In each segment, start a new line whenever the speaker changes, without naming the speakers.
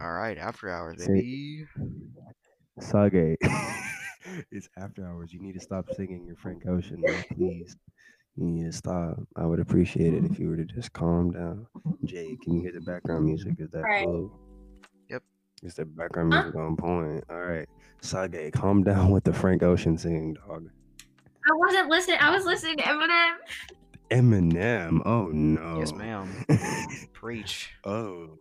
All right, after hours,
Say-
baby.
Sage, it's after hours. You need to stop singing your Frank Ocean, man, please. You need to stop. I would appreciate it if you were to just calm down. Jay, can you hear the background music? Is that
Right.
low?
Yep.
Is the background music on point? All right. Sage, calm down with the Frank Ocean singing, dog.
I wasn't listening. I was listening to Eminem.
Eminem. Oh, no.
Yes, ma'am. Preach.
oh.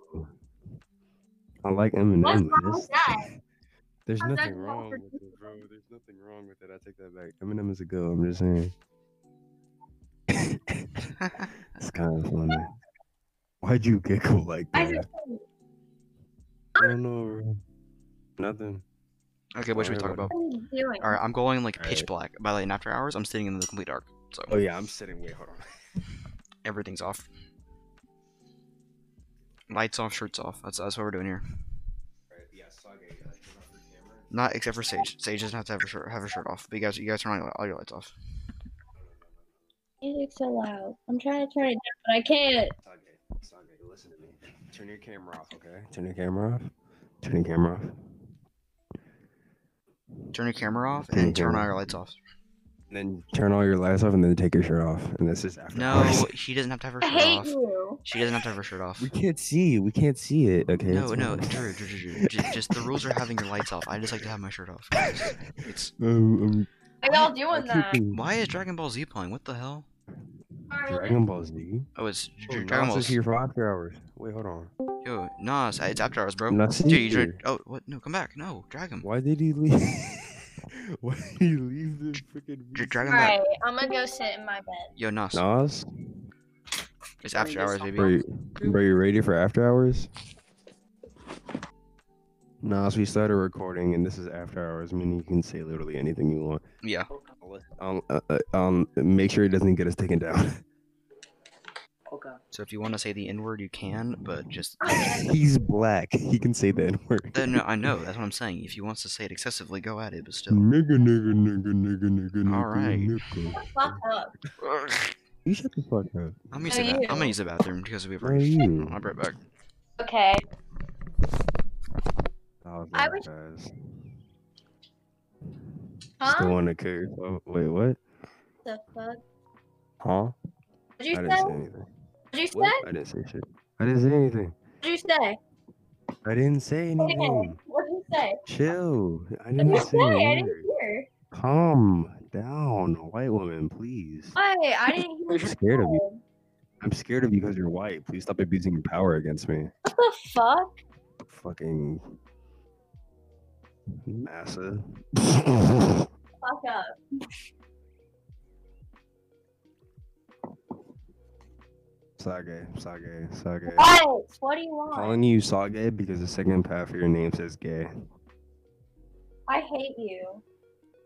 I like Eminem.
What's
but
wrong
this-
with that?
There's
How's that
nothing
going
wrong
for
with it, bro. There's nothing wrong with it. I take that back. Eminem is a go. I'm just saying. it's kind of funny. Why'd you giggle like
I
that?
just,
I don't know, bro. Nothing.
okay, what should we talk about?
what are you doing?
All right, I'm going like
All
pitch
right.
black. By like in after hours, I'm sitting in the complete dark, so
Oh yeah, I'm sitting. Wait, hold on.
everything's off. Lights off, shirts off. That's that's what we're doing here.
Yeah, Sage, like, turn off your camera.
Not except for Sage. Sage doesn't have to have her shirt have her shirt off. But you guys, you guys turn all, all your lights off.
Music's so loud. I'm trying to turn it down, but I can't.
Sage, Sage, listen to me. Turn your camera off, okay? Turn your camera off. Turn your camera off.
Turn your camera off
Can you
and turn
hear
all
me?
your lights off.
And then turn all your lights off, and then take your shirt off. And this is after.
No,
hours.
she doesn't have to have her
I
shirt
hate
off.
you.
She doesn't have to have her shirt off.
We can't see. you. We can't see it. Okay.
No,
it's
no,
fine.
Drew, Drew, Drew, Drew. Just, just the rules are having your lights off. I just like to have my shirt off. It's
Um,
Are y'all doing that?
um,
why is Dragon Ball Z playing? What the hell?
Sorry,
Dragon Ball Z.
Oh, it's
Oh,
Dr- Dragon
Nas
Ball.
is here for after hours. Wait, hold on.
Yo, nah, it's, it's after hours, bro.
Nas
Dude, you
here.
dr- oh what? No, come back. No, drag him.
Why did he leave? Why did he leave the freaking?
Dr-
music?
drag him
All
back.
right, I'm gonna go sit in my bed.
Yo, Nas,
Nas,
it's after hours, baby.
bro, you, bro, you ready for after hours? Nas, we started recording, and this is after hours. Meaning you can say literally anything you want.
Yeah.
Um, uh, uh, um, make sure it doesn't get us taken down.
Okay.
So if you want to say the N word, you can, but just
He's black. He can say that word.
Uh, no, I know. That's what I'm saying. If you wants to say it excessively, go at it. But still,
Nigga, nigga, nigga, nigga, nigga, nigga,
Alright.
nigga.
Fuck up.
You shut the fuck up.
I'm gonna use
Are
the ba-
you?
I'm gonna use the bathroom because we have.
Where are you?
I'll be right back.
Okay. I was-
guys. Still
Huh?
want to curse? Oh, wait, what?
The fuck?
Huh?
What'd you
I
say?
didn't say anything.
What'd you say?
What? I didn't say shit. I didn't say anything.
What'd you say?
I didn't say
Okay.
anything.
What'd you say?
Chill. I
What'd
didn't
you
say
say?
a
I
word.
didn't hear.
Calm down, white woman, please.
Why? I didn't hear.
I'm scared of you.
you.
I'm scared of you because you're white. Please stop abusing your power against me.
What the fuck?
Fucking massa.
Fuck up.
Sage, Sage, Sage.
What? What do you want?
Calling you Sage because the second half of your name says gay.
I hate you.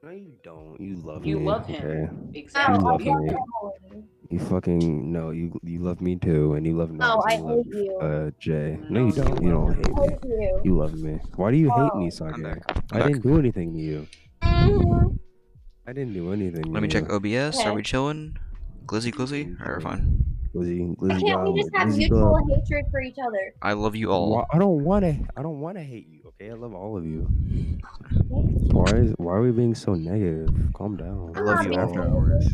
No, you don't. You love
You
me.
love him.
Okay.
No,
Exactly.
You
Oh, I
love
love
me.
you.
You fucking no. You you love me too, and you love Nas.
No, Oh, I
and you love,
hate you.
Uh, Jay. No, you don't. You don't hate
I
me.
hate you.
You love me. Why do you hate me,
No.
Sage?
I'm back. I'm
I
back.
didn't do anything to you.
Mhm.
I didn't do anything.
Let me check OBS. Are
Okay.
we chilling? Glizzy, glizzy. All right,
Okay.
fine.
Lizzie,
Why
Lizzie,
can't we just have mutual hatred for each other?
I love you all.
I don't want to. I don't want to hate you. Okay, I love all of you. Why is why are we being so negative? Calm down.
I love
It's
you
After
all.
hours.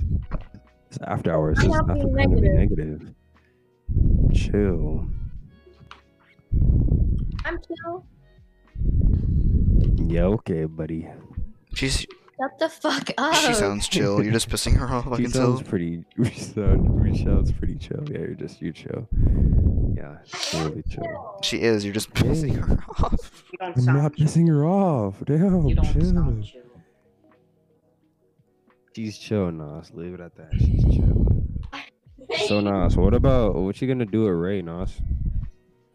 It's after hours.
I'm
There's
not
nothing
being
trying to be negative. Chill.
I'm chill.
Yeah, okay, buddy.
She's
Shut the fuck up.
she sounds chill. You're just pissing her off. I
She
can
sounds
tell.
pretty. We sound. We sounds pretty chill. Yeah, you're just you chill. Yeah, totally chill.
She is. You're just pissing
Yeah.
her off.
You don't
I'm not
sound chill.
pissing her off. Damn,
You don't
chill.
sound chill.
She's chill, Nas. Leave it at that. She's chill. So Nas, what about what you gonna do with Ray, Nas?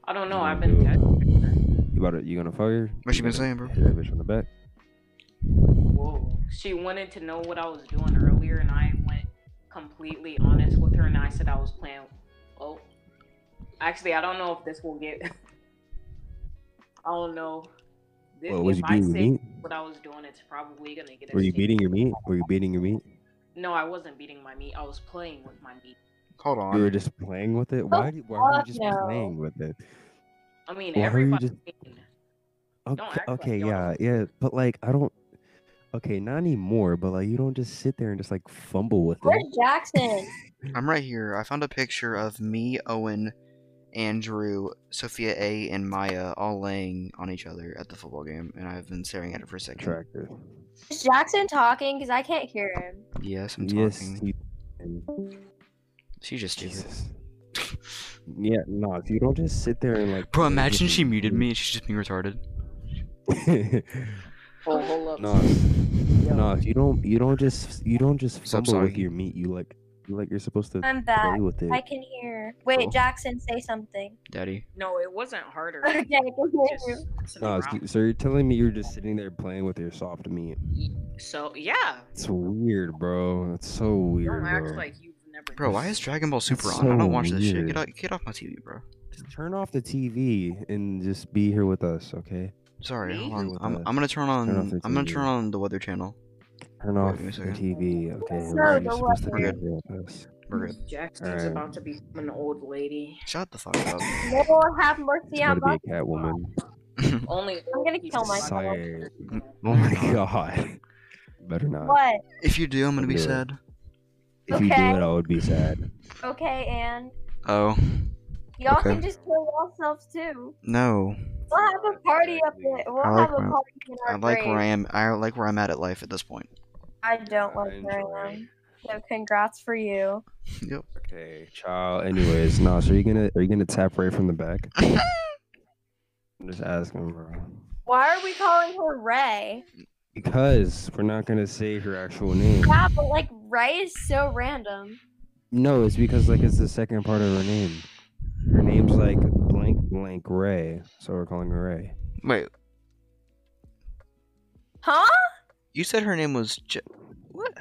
I don't know. I've
You
been texting her.
You about to, you gonna fuck her?
What you
You
been
gonna
saying, bro?
hit that bitch on the back.
Whoa. She wanted to know what I was doing earlier, and I went completely honest with her, and I said I was playing. Oh. Actually, I don't know if this will get. I don't know. This,
What was
if
you
I
beating your
say
meat?
what I was doing, it's probably gonna get. us
Were you
taken
beating your meat? Were you beating your meat?
No, I wasn't beating my meat. I was playing with my meat.
Hold
You were
on.
Oh,
just playing with it. Why? do- Why were you
fuck
just
no.
playing with it?
I mean,
Well, how are you
everybody.
just- Okay,
act like
okay
y'all
yeah,
don't-
yeah, but like I don't. Okay, not anymore. But like, you don't just sit there and just like fumble with
Where's
it.
Jackson?
I'm right here. I found a picture of me, Owen, Andrew, Sophia A, and Maya all laying on each other at the football game, and I've been staring at it for a second.
Tractor.
Is Jackson talking? Because I can't hear him.
Yes, I'm
Yes.
talking.
you- and-
She's just stupid.
Jesus. Yeah, no. If you don't just sit there and
Bro,
like. play with
imagine
it
she
and
muted me and she's just being retarded.
do-
Oh, hold up.
no, no. If you don't, you don't just, you don't just
Sup,
fumble with
Soggy?
your meat. You like, you like, you're supposed to
I'm
play
back.
with it.
I can hear. Wait,
Cool.
Jackson, say something.
Daddy.
No, it wasn't harder.
Okay, I can hear
Just
you.
sitting
No,
around.
it's- so you're telling me you're just sitting there playing with your soft meat.
So yeah,
It's weird, bro. It's so
don't
weird.
act
bro.
like you've never.
Bro, why is Dragon Ball Super
That's
on? I
so
don't watch this shit.
weird.
Get off, get off my TV, bro.
Just turn off the TV and just be here with us, okay?
Sorry,
Me?
hold
Here
on.
with
I'm,
the-
I'm gonna turn on.
turn off the
I'm gonna
TV.
turn on the weather channel.
Turn
Wait,
off
wait a
the
second.
TV, okay?
So
We're
the
supposed to be
weather-
here with us.
We're good.
Jackson's
Alright.
about to become an old lady.
Shut the fuck up.
Lord have
It's
mercy
about
on
to
us.
be a Catwoman.
Only old
gonna
people
kill
are allowed to
Sire.
watch it.
Oh my god. Better not.
What?
If you do, I'm gonna be
Okay.
sad.
If you do
Okay.
it, I would be sad.
Okay, and
Oh
y'all
Okay.
can just kill yourselves too.
no.
We'll have a party up there. We'll
I like
have a
my-
party in our
I like
grave.
where I am. I like where I'm at at life at this point.
I don't
I
like
enjoy
where I
it.
am. So congrats for you.
yep.
Okay, child. Anyways, no, so are you gonna are you gonna tap right from the back? I'm just asking, bro.
Why are we calling her Ray?
Because we're not gonna say her actual
Mm.
name.
Yeah, but like Ray is so random.
No, it's because like it's the second part of her name. Her name's like blank blank Ray, so we're calling her Ray.
Wait,
Huh?
you said her name was Je- what?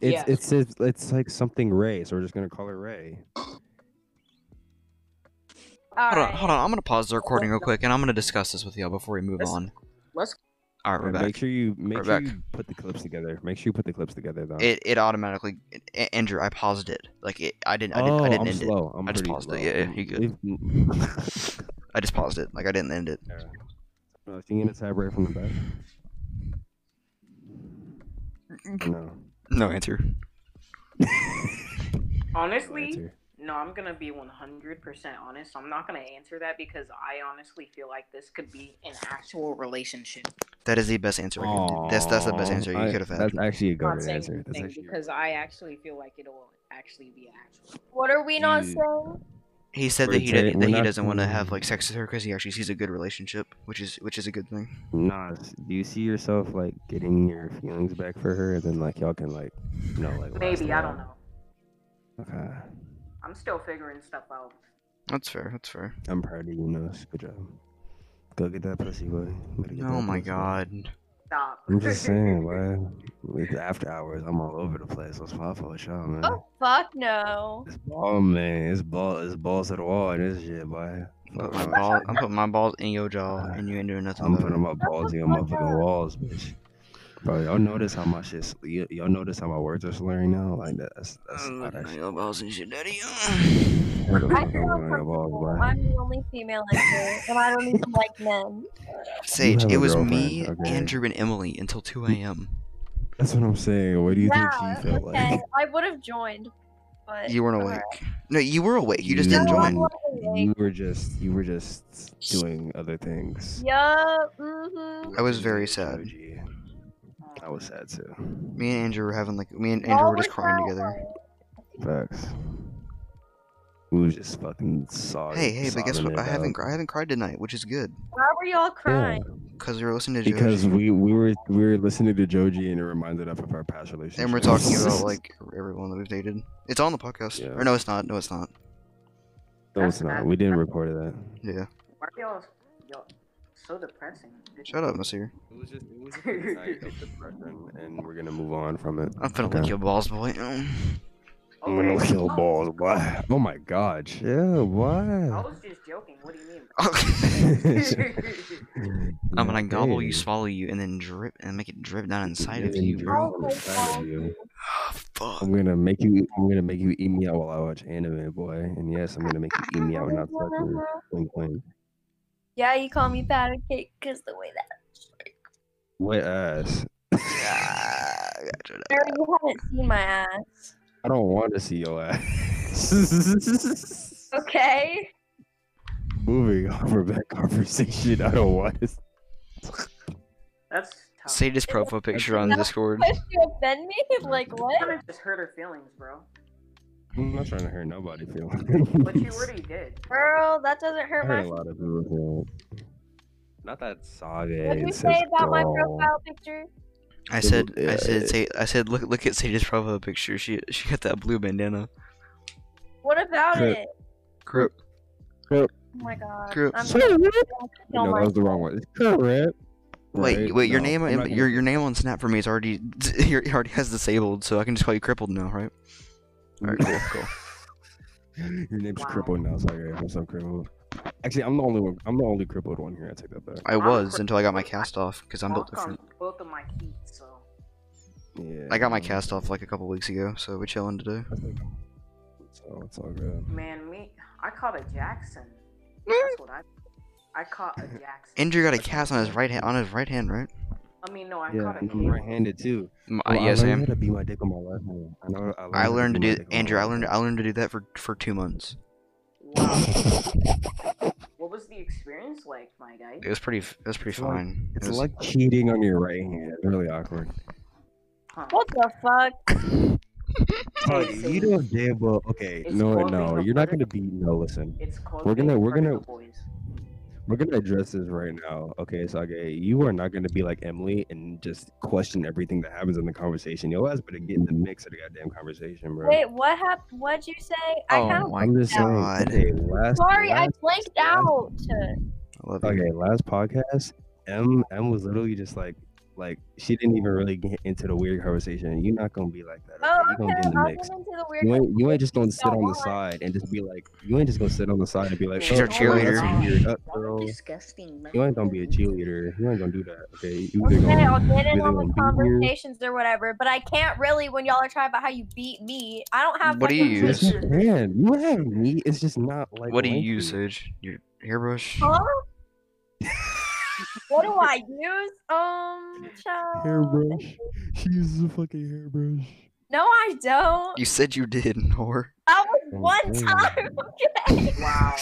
It's
Yeah.
it's it's it's like something Ray, so we're just gonna call her Ray.
All
Hold on,
right.
hold on. I'm gonna pause the recording real quick, and I'm gonna discuss this with y'all before we move
Let's-
on.
Let's
All right, we're
And
back.
Make sure you make
We're
sure
back.
you put the clips together. Make sure you put the clips together though.
It it automatically. A- Andrew, I paused it. Like it, I didn't. I didn't.
oh,
I didn't
am
end it.
slow. I'm
I just
pretty
paused it.
slow.
Yeah, yeah,
I'm-
you good.
if-
I just paused it. Like I didn't end it.
No, so you gonna tap right from the back? Or No.
No answer.
honestly.
Answer.
No, I'm gonna be 100% honest. I'm not gonna answer that because I honestly feel like this could be an actual relationship.
That is the best answer. I could do. That's that's the best
Aw,
answer you
I-
could have had.
That's actually a
Not
good
saying
answer. That's
anything
actually
because I actually feel like it'll actually be actual.
What are we not
Dude.
saying?
He said
We're
that he
ta-
did,
we're
that he
not
doesn't want to
doing-
have like sex with her because he actually sees a good relationship, which is which is a good thing.
Nah, do you see yourself like getting your feelings back for her, and then like y'all can like, you know, like last
Maybe
it
I
out?
don't know.
Okay,
I'm still figuring stuff out.
That's fair. That's fair.
I'm proud of you, Nose. Good job. Go get that pussy, boy. Better get
Oh
that
my
pussy.
god.
Stop.
I'm just saying, man. It's after hours. I'm all over the place. What's my fault, y'all, man?
Oh fuck no.
It's ball, man. It's ball. It's balls to the wall. and This shit, boy.
I'm putting my ball. I'm putting my balls in your jaw, and you ain't doing nothing.
I'm
about it.
putting my balls in your motherfucking walls, bitch. Bro, y'all notice how my shit. sl- y- Y'all notice how my words are slurring now. Like that's that's
I'm
how
looking
that
at
shit.
your balls and shit, daddy.
Where the
I
fuck
feel
am I gonna get balls,
uncomfortable.
boy?
I'm the only female in here, and I don't even like men.
Sage,
have
it
a
was me,
girlfriend, okay.
Andrew, and Emily until 2 a.m.
That's what I'm saying. What do you
yeah,
think she felt
okay.
like?
I would have joined, but
You weren't awake.
alright.
No, you were awake. You just
You-
didn't
Uh, No, I
join.
wasn't awake.
You were just you were just doing other things.
Yup. Mm-hmm.
I was
Which is
very
a
sad.
emoji. I
Um,
was sad too.
Me and Andrew were having like me and Andrew were just crying together.
Facts. We was just fucking sobbing.
Hey, hey, but guess
Oh, sobbing
what?
it
I haven't
out.
cr- I haven't cried tonight, which is good
Why were y'all
Yeah,
crying?
because we were listening to Joji.
because we we were we were listening to Joji and it reminded us of our past relationship.
And we're talking about like everyone that we've dated. It's on the podcast.
Yeah.
Or no, it's not. No, it's not.
no, it's not. We didn't record that.
Yeah.
Why are y'all, y'all so depressing?
Shut up, Nasir.
It was just it was
just a night of
depression, and we're gonna move on from it.
I'm finna lick your balls, boy. Mm.
I'm gonna
Okay.
kill balls. Why? Oh my god. Yeah.
I
Why?
was just joking. What do you mean?
I'm gonna gobble you, swallow you, and then drip and make it drip down inside of
then
you.
drip
bro.
on the side of you.
Fuck.
I'm gonna make you. I'm gonna make you eat me out while I watch anime, boy. And yes, I'm gonna make you eat me out, not sucker. Wink, wink.
Yeah, you call me powder cake because the way that.
Wet ass.
Ah, I got you
Sir, you haven't seen my ass.
I don't want to see your ass.
Okay.
Moving on from that conversation, I don't want to.
That's tough.
Sadie's profile picture on
No.
Discord.
If you offend me, like what?
Kinda just hurt her feelings, bro.
I'm not trying to hurt nobody feel.
But you already did.
Girl, that doesn't
I
hurt my
heard a lot of people feel. Not that saga.
What did you
it's
say
just
about my
dull.
profile picture?
I
the-
said, I
yeah,
said,
it-
say, I said, look, look at Sadie's profile picture. She, she got that blue bandana.
What about
Crip.
it?
Grip,
Oh my god.
Crip.
I'm Oh gonna
Sorry,
kill
No, that was the wrong one. It's correct.
Wait,
Right?
wait, your
No,
name,
I'm
on-
not gonna-
your your name on Snap for me is already, it already has disabled, so I can just call you crippled now, right? Alright, cool, cool.
Your name's
Wow.
crippled now, Saga. I'm so crippled. Actually, I'm the only one. I'm the only crippled one here. I take that back.
I
I'm
was
cri-
until I got my cast off because I'm built
Lock
different.
on both of my feet, so
Yeah.
I got my
no,
cast off like a couple weeks ago, so we're chilling today.
that's okay. It's all, it's all good.
man, me I caught a Jackson. That's what I I caught a Jackson.
Andrew got a cast on his right hand, on his right hand, right?
I mean no, I
Yeah,
caught a
and I'm
cable.
right-handed too.
M- uh,
Well,
yeah,
I learned how
Sam.
to be my dick on my left hand. I, know, I, learned
I
how
learned to
be my
do,
dick on my
Andrew. I
left
learned,
hand.
I learned to do that for for two months.
Wow. what was the experience like, my guy?
It was pretty, f- it was pretty
It's like-
fine. It
It's
was-
like cheating on your right hand. Really awkward.
Huh.
What the fuck?
Hey,
Hey,
Sadie,
you know damn well. Okay,
It's
no,
called being
no,
a
you're not
part
gonna
of-
be. No, listen,
It's called
We're
being
gonna-
a
we're
part of
gonna-
the boys.
we're gonna address this right now. Okay, Sage, you are not gonna be like Emily and just question everything that happens in the conversation. Yo, ass better get in the mix of the goddamn conversation, bro.
Wait, what happened? What'd you say? I
Oh
kind of.
my
I'm just saying.
God.
Okay, last,
Sorry, I
last,
blanked
last-
out.
I love you.
okay, last podcast, M M was literally just like, like she didn't even really get into the weird conversation. You're not gonna be like that.
Oh,
Okay? You're
okay.
gonna
I
get in the
went
mix.
into the weird.
You ain't, you ain't just gonna sit
Don't
on the
want.
side and just be like, you ain't just gonna sit on the side and be like,
She's our
oh,
cheerleader.
that's weird, uh,
Y'all are
girl.
disgusting.
You ain't gonna be a cheerleader. You ain't gonna do that. Okay. You either
Okay,
gonna,
I'll get in
either
on the
gonna beat you-
conversations or whatever, but I can't really when y'all are trying about how you beat me. I don't have.
What
like,
do
a
you
reason-
use?
Yes, you can. You have me. It's just not like.
What do you use,
lengthy.
Sage? Your hairbrush?
Huh? what do I use? Um, child.
Hairbrush. She uses a fucking hairbrush.
No, I don't.
You said you did, whore.
That was
Oh,
one
damn.
time. Okay.
Wow.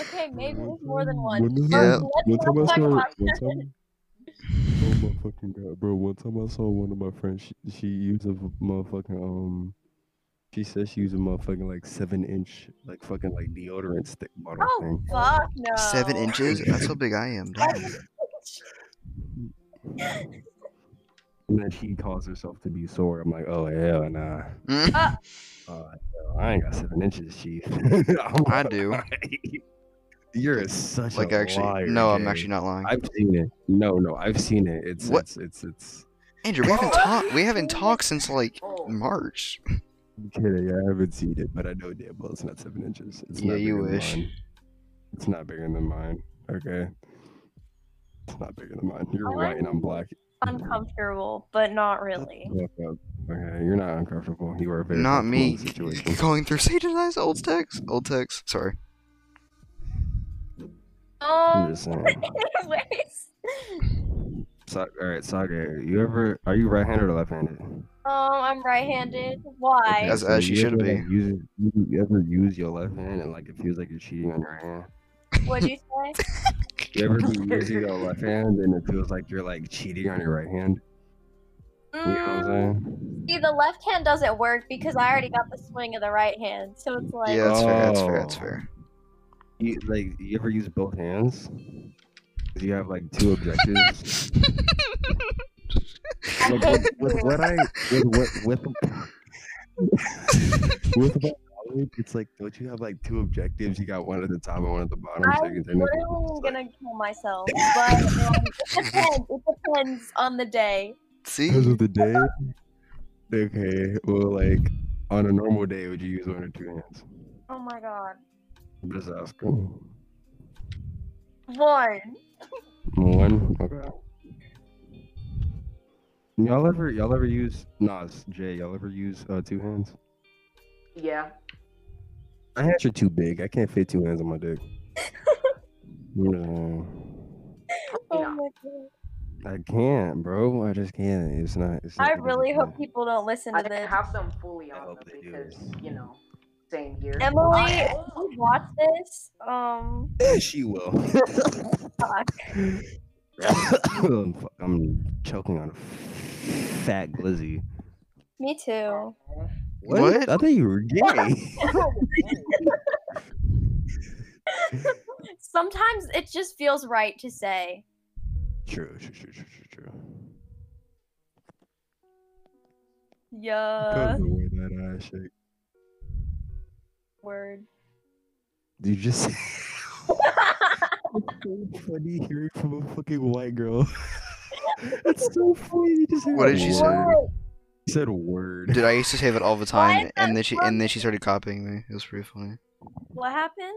Okay, maybe it's more than one.
One,
Yeah.
time-
Let's
One
not
time I
talk
saw.
about
One time. Oh my fucking god, bro! One time I saw one of my friends. She, she used a motherfucking um. She said she used a motherfucking like seven inch like fucking like deodorant stick bottle
Oh
thing.
fuck no.
Seven inches? That's how big I am.
That's
Damn.
And then she calls herself to be sore. I'm like, oh hell nah.
Mm,
Uh, hell, I ain't got seven inches, chief.
I do.
You're such
Like
a
actually,
liar,
no, I'm
Jay.
actually not lying.
I've seen it. No, no, I've seen it. It's
What?
it's it's it's.
Andrew, we haven't talked. We haven't talked since like
Oh.
March.
I'm kidding. I haven't seen it, but I know damn well it's not seven inches. It's
Yeah,
not
you
bigger than
wish.
mine. It's not bigger than mine. Okay. It's not bigger than mine. You're white and I'm black.
uncomfortable, but not really.
Fuck up. Okay, you're not uncomfortable. You are very
Not
comfortable in
me.
the situation.
Going through Sage's eyes, old text, old text. Sorry.
I'm
Um,
just saying.
anyways,
So, all right, Saga, you ever are you right-handed or left-handed?
um, I'm right-handed. Why?
As- as
you
you should
ever,
be.
like, Use, you, you ever use your left hand and like it feels like you're cheating on your hand?
What'd you say?
You ever be using your left hand and it feels like you're like cheating on your right hand? You know what I'm
Mm,
saying?
see, the left hand doesn't work because I already got the swing of the right hand, so it's like,
Yeah, that's fair. That's fair. That's
Oh.
fair.
You, like you ever use both hands? 'Cause you have like two objectives? Like, with, with what I with what with with what I like, it's like don't you have like two objectives? You got one at the top and one at the bottom.
I'm
so you can technically
literally
just, like-
gonna kill myself. But um, it depends. It depends on the day.
Because
See,
of the day? Okay, well, like, on a normal day, would you use one or two hands?
Oh my god.
I'm just asking.
One.
One? Okay. Y'all ever y'all ever use Nas Jay? Y'all ever use uh, two hands?
Yeah.
My hands are too big. I can't fit two hands on my dick. no,
Oh
Yeah.
my god.
I can't, bro. I just can't. It's not. It's not
I
it's
really
not-
hope people don't listen
I
to
didn't
this.
have them fully
I
on
hope
though,
they do.
because, you know, same year.
Emily,
I-
if you watch this, um,
Yeah, she will.
fuck.
I'm, fu- I'm choking on a fat glizzy.
Me too.
What?
I thought you were gay.
Sometimes it just feels right to say.
true, true, true, true, true, true.
Yeah.
Because the way that ass shake.
Word.
Did you just It's so funny hearing from a fucking white girl. It's so funny. You just hear
What
that
did she say?
word.
Word.
She said word.
Dude, I used to say that all the
Why
time,
is that
and then she and then
funny?
she started copying me. It was pretty funny.
What happened?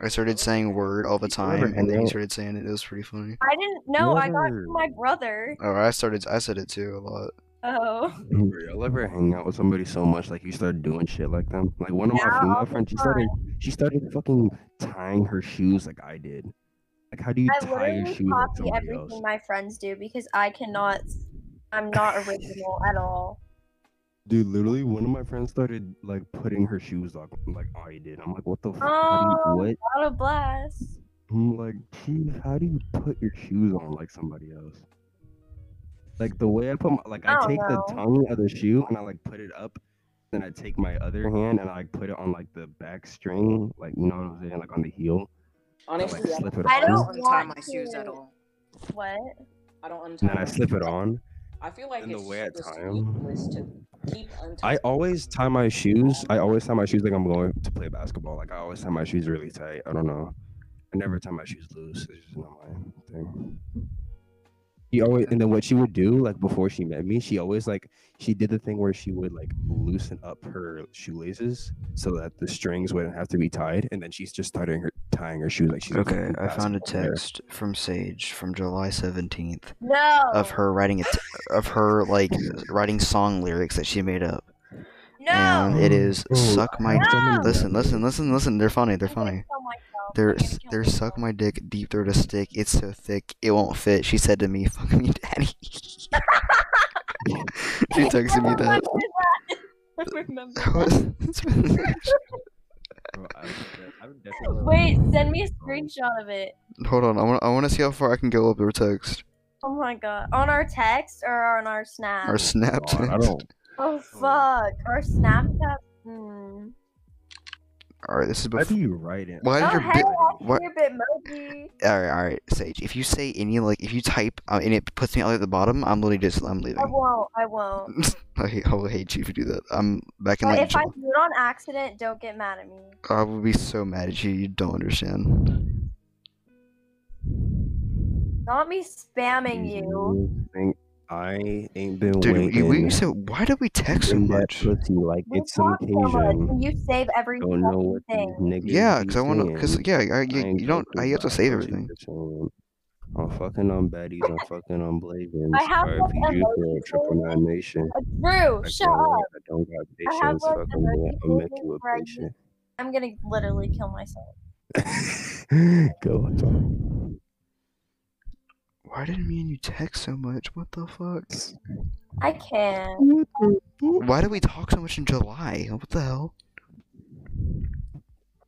I started saying word all the
Whatever,
time, and then
bro.
he started saying it. It was pretty funny.
I didn't know. I got it
Word.
from my brother.
Oh, I started. I said it too a lot.
Oh.
Bro, Y'all ever hang out with somebody so much like you start doing shit like them? Like one of my
Yeah, all
female
the
friends, she started she started fucking tying her shoes like I did. Like how do you
I
tie your
literally
shoes like
copy
somebody
everything
else?
my friends do because I cannot. I'm not original at all.
Dude, literally one of my friends started like putting her shoes like like I did. I'm like, what the fuck?
Oh,
what?
Auto blast.
I'm like, geez, how do you put your shoes on like somebody else? Like the way I put my like I,
Oh,
I don't
take the
know.
tongue of the shoe and I like put it up, then I take my other hand and I like put it on like the back string, like you know what I'm saying, like on the heel. I, like,
Honestly, I
slip it on,
I don't
don't untie
want
my shoes at
to.
all.
What?
I don't untie
and then I
my
slip it on.
I feel like
and the
it's
way I
just
tie 'em-
needless to keep untying.
I always tie my shoes. I always tie my shoes like I'm going to play basketball. Like I always tie my shoes really tight. I don't know. I never tie my shoes loose. It's just not my thing. She always and then what she would do, like before she met me, she always like she did the thing where she would like loosen up her shoelaces so that the strings wouldn't have to be tied, and then she's just starting her tying her shoes like she's a
Okay,
fucking
I found a
basketball player.
text from Sage from July seventeenth
No.
of her writing a t- of her like writing song lyrics that she made up, and
No.
it is
Bro,
oh,
suck my.
I have so many
Listen,
memories.
listen, listen, listen. They're funny. They're
I'm gonna
funny.
kill myself. I'm
They're
gonna kill
they're suck
myself.
my dick deep throat a stick. It's so thick it won't fit. She said to me, "Fuck me, daddy." she texted me that.
I remember.
That was- it's been-
Bro, I would- I would definitely-
Wait, send me a screenshot of it.
Hold on, I want I want to see how far I can go up her text
Oh my god. On our text or on our snap?
or snap
God, I
text.
don't.
oh fuck. Our Snapchat. Hmm.
All right, this is
How do
before.
you write it?
Why
Oh,
did your
hey,
bit?
I
What?
see your Bitmoji.
All right, all right, Sage. If you say any like, if you type uh, and it puts me all the way at the bottom, I'm literally just I'm
I
leaving.
won't. I won't.
I hate, I will hate you if you do that. I'm back in
But
like.
if I
Ju-
do it on accident, don't get mad at me.
I will be so mad at you. You don't understand.
Not me spamming you.
Think I ain't been
Dude, we,
waiting.
we used to. Why did we text so
in that
much?
pussy like
We
it's an
talk so much, and
occasion.
You save every
Don't know
fucking
what these
thing.
niggas
Yeah,
be
because I want to. Because
saying.
yeah, I,
I
you,
ain't
you don't.
joking,
I have to
but I
save
know what
everything.
you're saying. I'm fucking on baddies. I'm fucking on blazers.
I have
RIP
like
you,
emojis
girl,
and
triple nine nation.
Uh, Drew,
I
shut
can't
up.
wait, I don't got
I have,
patience.
like,
Fuck,
the
I'm gonna
most
I'll make
people
you
where I
a patient.
I'm gonna literally kill myself.
Go on.
Why didn't me and you text so much? What the fuck?
I can't.
Why did we talk so much in July? What the hell?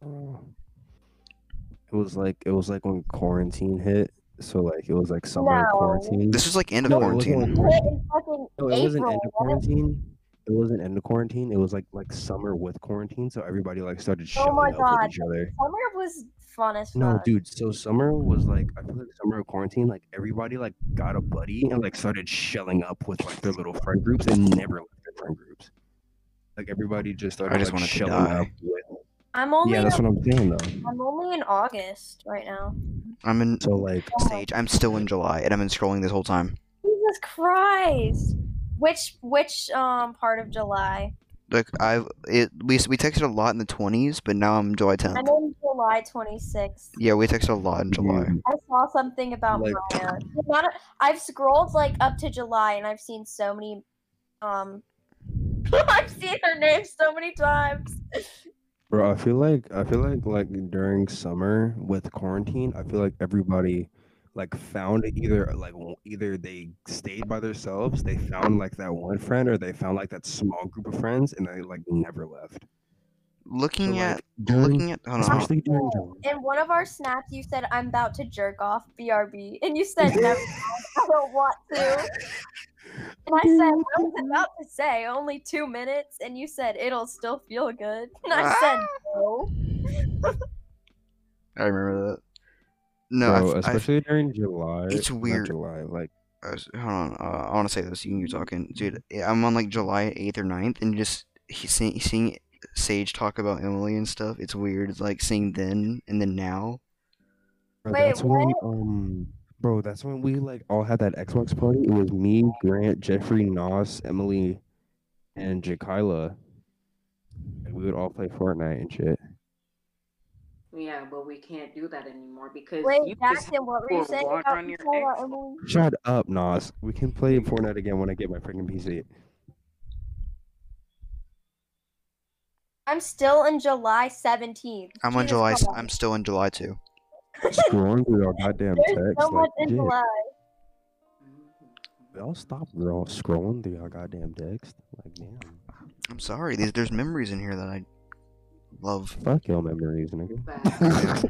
It was like it was like when quarantine hit. So like it was like summer
No.
quarantine.
This is like end of
No, it
quarantine.
wasn't like
Put it
quarantine.
in fucking
No, it wasn't end of
April.
quarantine. It wasn't end of quarantine. It was like like summer with quarantine. So everybody like started
Oh
shelling
my
out
God.
with each other.
Summer was fun as fuck.
No, dude. So summer was like I feel like summer of quarantine. Like everybody like got a buddy and like started shelling up with like their little friend groups and never left their friend groups. Like everybody just started
just
like
wanted to
shelling
die.
up with.
I'm only
Yeah, that's what I'm saying though.
I'm only in August right now.
I'm in
So like
Oh my-
Sage. I'm still in July, and I've been scrolling this whole time.
Jesus Christ. Which which um part of July?
Like I've it we s- we texted a lot in the twenties, but now I'm July 10th.
I'm in July 26th.
Yeah, we texted a lot in July.
I saw something about
Like-
Brianna. The amount of- I've scrolled like up to July and I've seen so many um I've seen her name so many times.
Bro, I feel like I feel like like during summer with quarantine, I feel like everybody like found either like w- either they stayed by themselves, they found like that one friend, or they found like that small group of friends, and they like never left. So,
Looking at
like, during,
Mm, looking at hold on, hold on.
especially during July.
In one of our snaps you said I'm about to jerk off BRB and you said never I don't want to. And I said I was about to say only two minutes and you said it'll still feel good. And I said
Ah!
no.
I remember that. No, I
Bro,
f- I, f-
especially during July.
It's
not
weird.
July, like
I was- hold on. Uh, I want to say this. You can keep talking, dude. yeah, I'm on like July 8th or 9th, and just he, see, seeing Sage talk about Emily and stuff. It's weird. It's like seeing then and then now.
bro,
Wait,
that's when um bro, that's when we like all had that Xbox party. It was me, Grant, Jeffrey, Nos, Emily, and Jakila. And we would all play Fortnite and shit.
Yeah, but we can't do that anymore because you
Wait,
just,
Jackson, what were you
pour
saying
water
about
on your
Nicola
eggs.
Emily?
Shut up, Nos. We can play Fortnite again when I get my freaking PC.
I'm still in July 17th.
I'm on
Jesus,
July.
come on.
I'm still on July too.
Scrolling through our goddamn
There's
text.
so
like,
much in
legit,
July.
y'all stop girl, scrolling through our goddamn text. Like, damn.
I'm sorry. These there's memories in here that I love.
Fuck your memories, nigga.
Facts.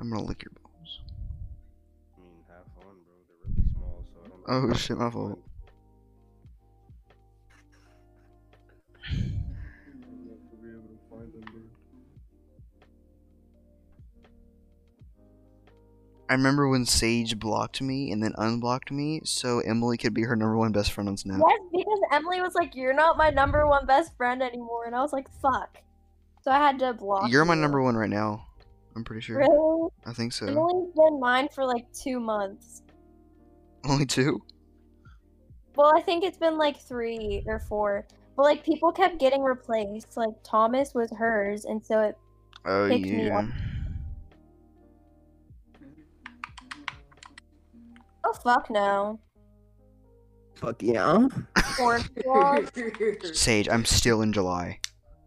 I'm gonna lick your balls.
I mean, have fun, bro. They're really small, so I don't.
Oh, shit, my fault. I remember when Sage blocked me and then unblocked me, so Emily could be her number one best friend on Snap.
Yes, because Emily was like, "You're not my number one best friend anymore," and I was like, "Fuck." So I had to block.
You're my
you.
number one right now. I'm pretty sure.
Really?
I think so.
Emily's been mine for like two months.
Only two.
Well, I think it's been like three or four. But like people kept getting replaced. Like Thomas was hers, and so it.
Oh
Pick me up.
yeah.
Oh fuck no.
Fuck yeah.
Or
Sage, I'm still in July.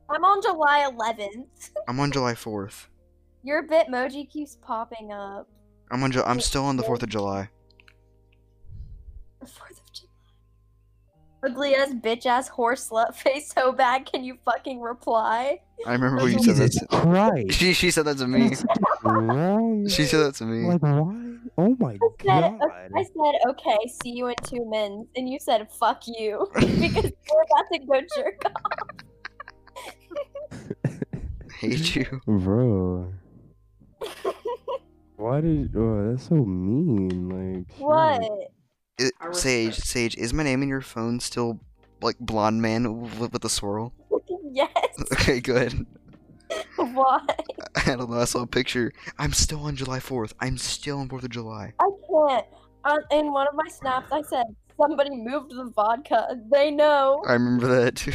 I'm on July 11th.
I'm on July 4th.
Your Bitmoji keeps popping up.
I'm on. Ju- I'm still on the 4th of July.
The Fourth of July. Ugly ass bitch ass horse slut face so bad. Can you fucking reply?
I remember when you said that.
Jesus
To-
Christ.
she she said that to me.
That's wrong.
She said that to me.
Like, why? Oh my
said,
god.
okay, I said, okay, see you in two mins. And you said, fuck you. because we're about to go jerk off.
Hate you.
Bro. Why did. Oh, that's so mean. Like,
What?
shit.
It-
I
Sage
respect.
Sage, is my name in your phone still like blonde man w- with a swirl?
yes.
Okay, good.
Why?
I don't know. I saw a picture. I'm still on July 4th. I'm still on 4th of July.
I can't. On in one of my snaps, I said, somebody moved the vodka. They know.
I remember that too.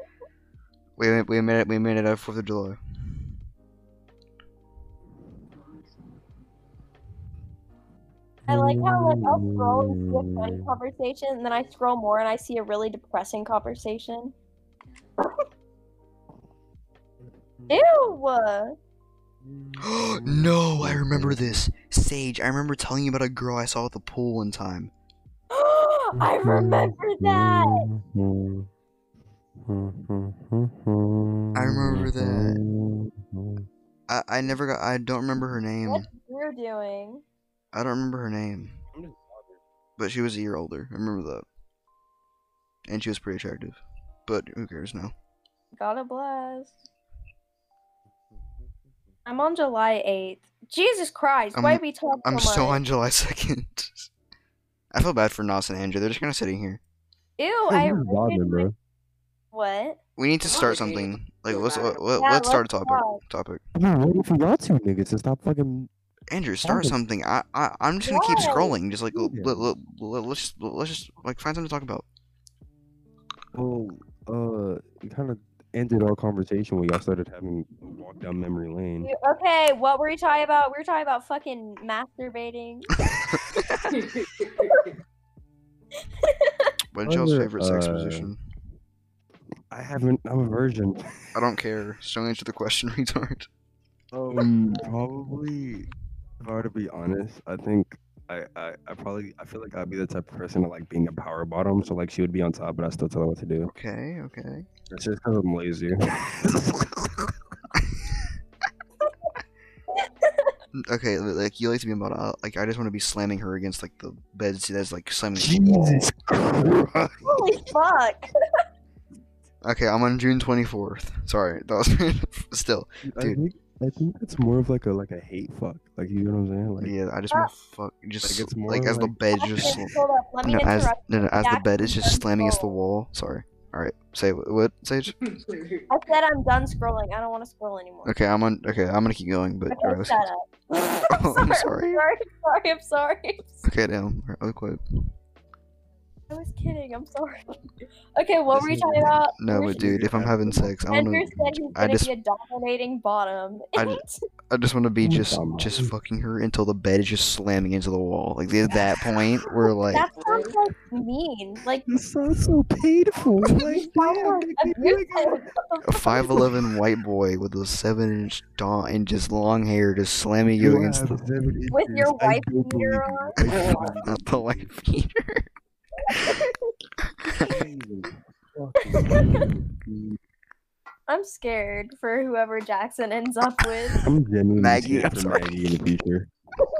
we we made it. We made it up 4th uh, of July.
I like how like I'll scroll and see a funny conversation, and then I scroll more and I see a really depressing conversation. Ew!
no, I remember this. Sage, I remember telling you about a girl I saw at the pool one time.
I remember that.
I
I
remember I, I never got. I don't remember her name.
What you're doing?
I don't remember her name. But she was a year older. I remember that. And she was pretty attractive. But who cares now?
Got a blast. I'm on July 8th. Jesus Christ,
I'm-
why we talk so
I'm
much?
still on July 2nd. I feel bad for Nas and Andrew. They're just kind of sitting here.
Ew, Oh, I ordered my- What?
We need to start
Okay.
something. Like, let's
Yeah,
let, let,
Yeah,
let's start a
let's
topic.
talk.
Topic.
I'm waiting for y'all two niggas to stop fucking.
Andrew, start
Topic.
something. I, I I'm just gonna keep
Why?
scrolling. Just like let,
Yeah.
let, let, let's just let's just like find something to talk about.
Well, uh, kind of. ended our conversation when y'all started having a walk down memory lane.
You- Okay, what were we talking about? We were talking about fucking masturbating.
What's y'all's
Other,
favorite sex
uh,
position?
I haven't. I'm a virgin.
I don't care. Just don't answer the question, retard.
Um, probably. If I were to be honest, I think I, I, I probably I feel like I'd be the type of person to like being a power bottom. So like she would be on top, but I still tell her what to do.
Okay, okay.
That's just because I'm lazy. Mm.
Okay, li- like you like to be about uh, like I just want to be slamming her against like the bed. See, that's like slamming. the wall.
Jesus Christ!
Holy fuck!
Okay, I'm on June 24th. Sorry, that was still.
I
Dude.
think, I think that's more of like a like a hate fuck. Like you know what I'm saying? Like
Yeah, I just want to fuck. Just
Like, it's
sl-
more
like, as the
like-
bed
Actually,
just sl-
hold up, let me
no as
interrupt.
no, no, as the
Jack
bed is just
and
slamming against the
Paul.
wall. Sorry. All right. Say wh- what, Sage?
Mm. I said I'm done scrolling. I don't want to scroll anymore.
Okay, I'm on. Okay, I'm gonna keep going, but. all
Okay,
right,
shut up.
Oh, I'm
I'm sorry. I'm sorry. I'm sory, I'm sorry.
Okay, damn. All right, I'll quit.
I was kidding. I'm sorry. Okay, what were you
Listen,
talking about?
No,
We're-
but dude, if I'm having sex, I want
Andrew said
to.
he's
I
gonna
just,
be a dominating bottom.
I I just want to be
I'm
just,
dumb,
just
man.
fucking her until the bed is just slamming into the wall. Like at that point, we're like,
that sounds like mean. Like
This sounds so painful.
you sound like abusive.
a five eleven white boy with a seven inch dong and just long hair just slamming you against the,
With your wife beater on?
not the white feet.
on.
I'm scared for whoever Jackson ends up with.
I'm genuinely
Maggie,
Maggie,
I'm
scared for
sorry.
Maggie in the future.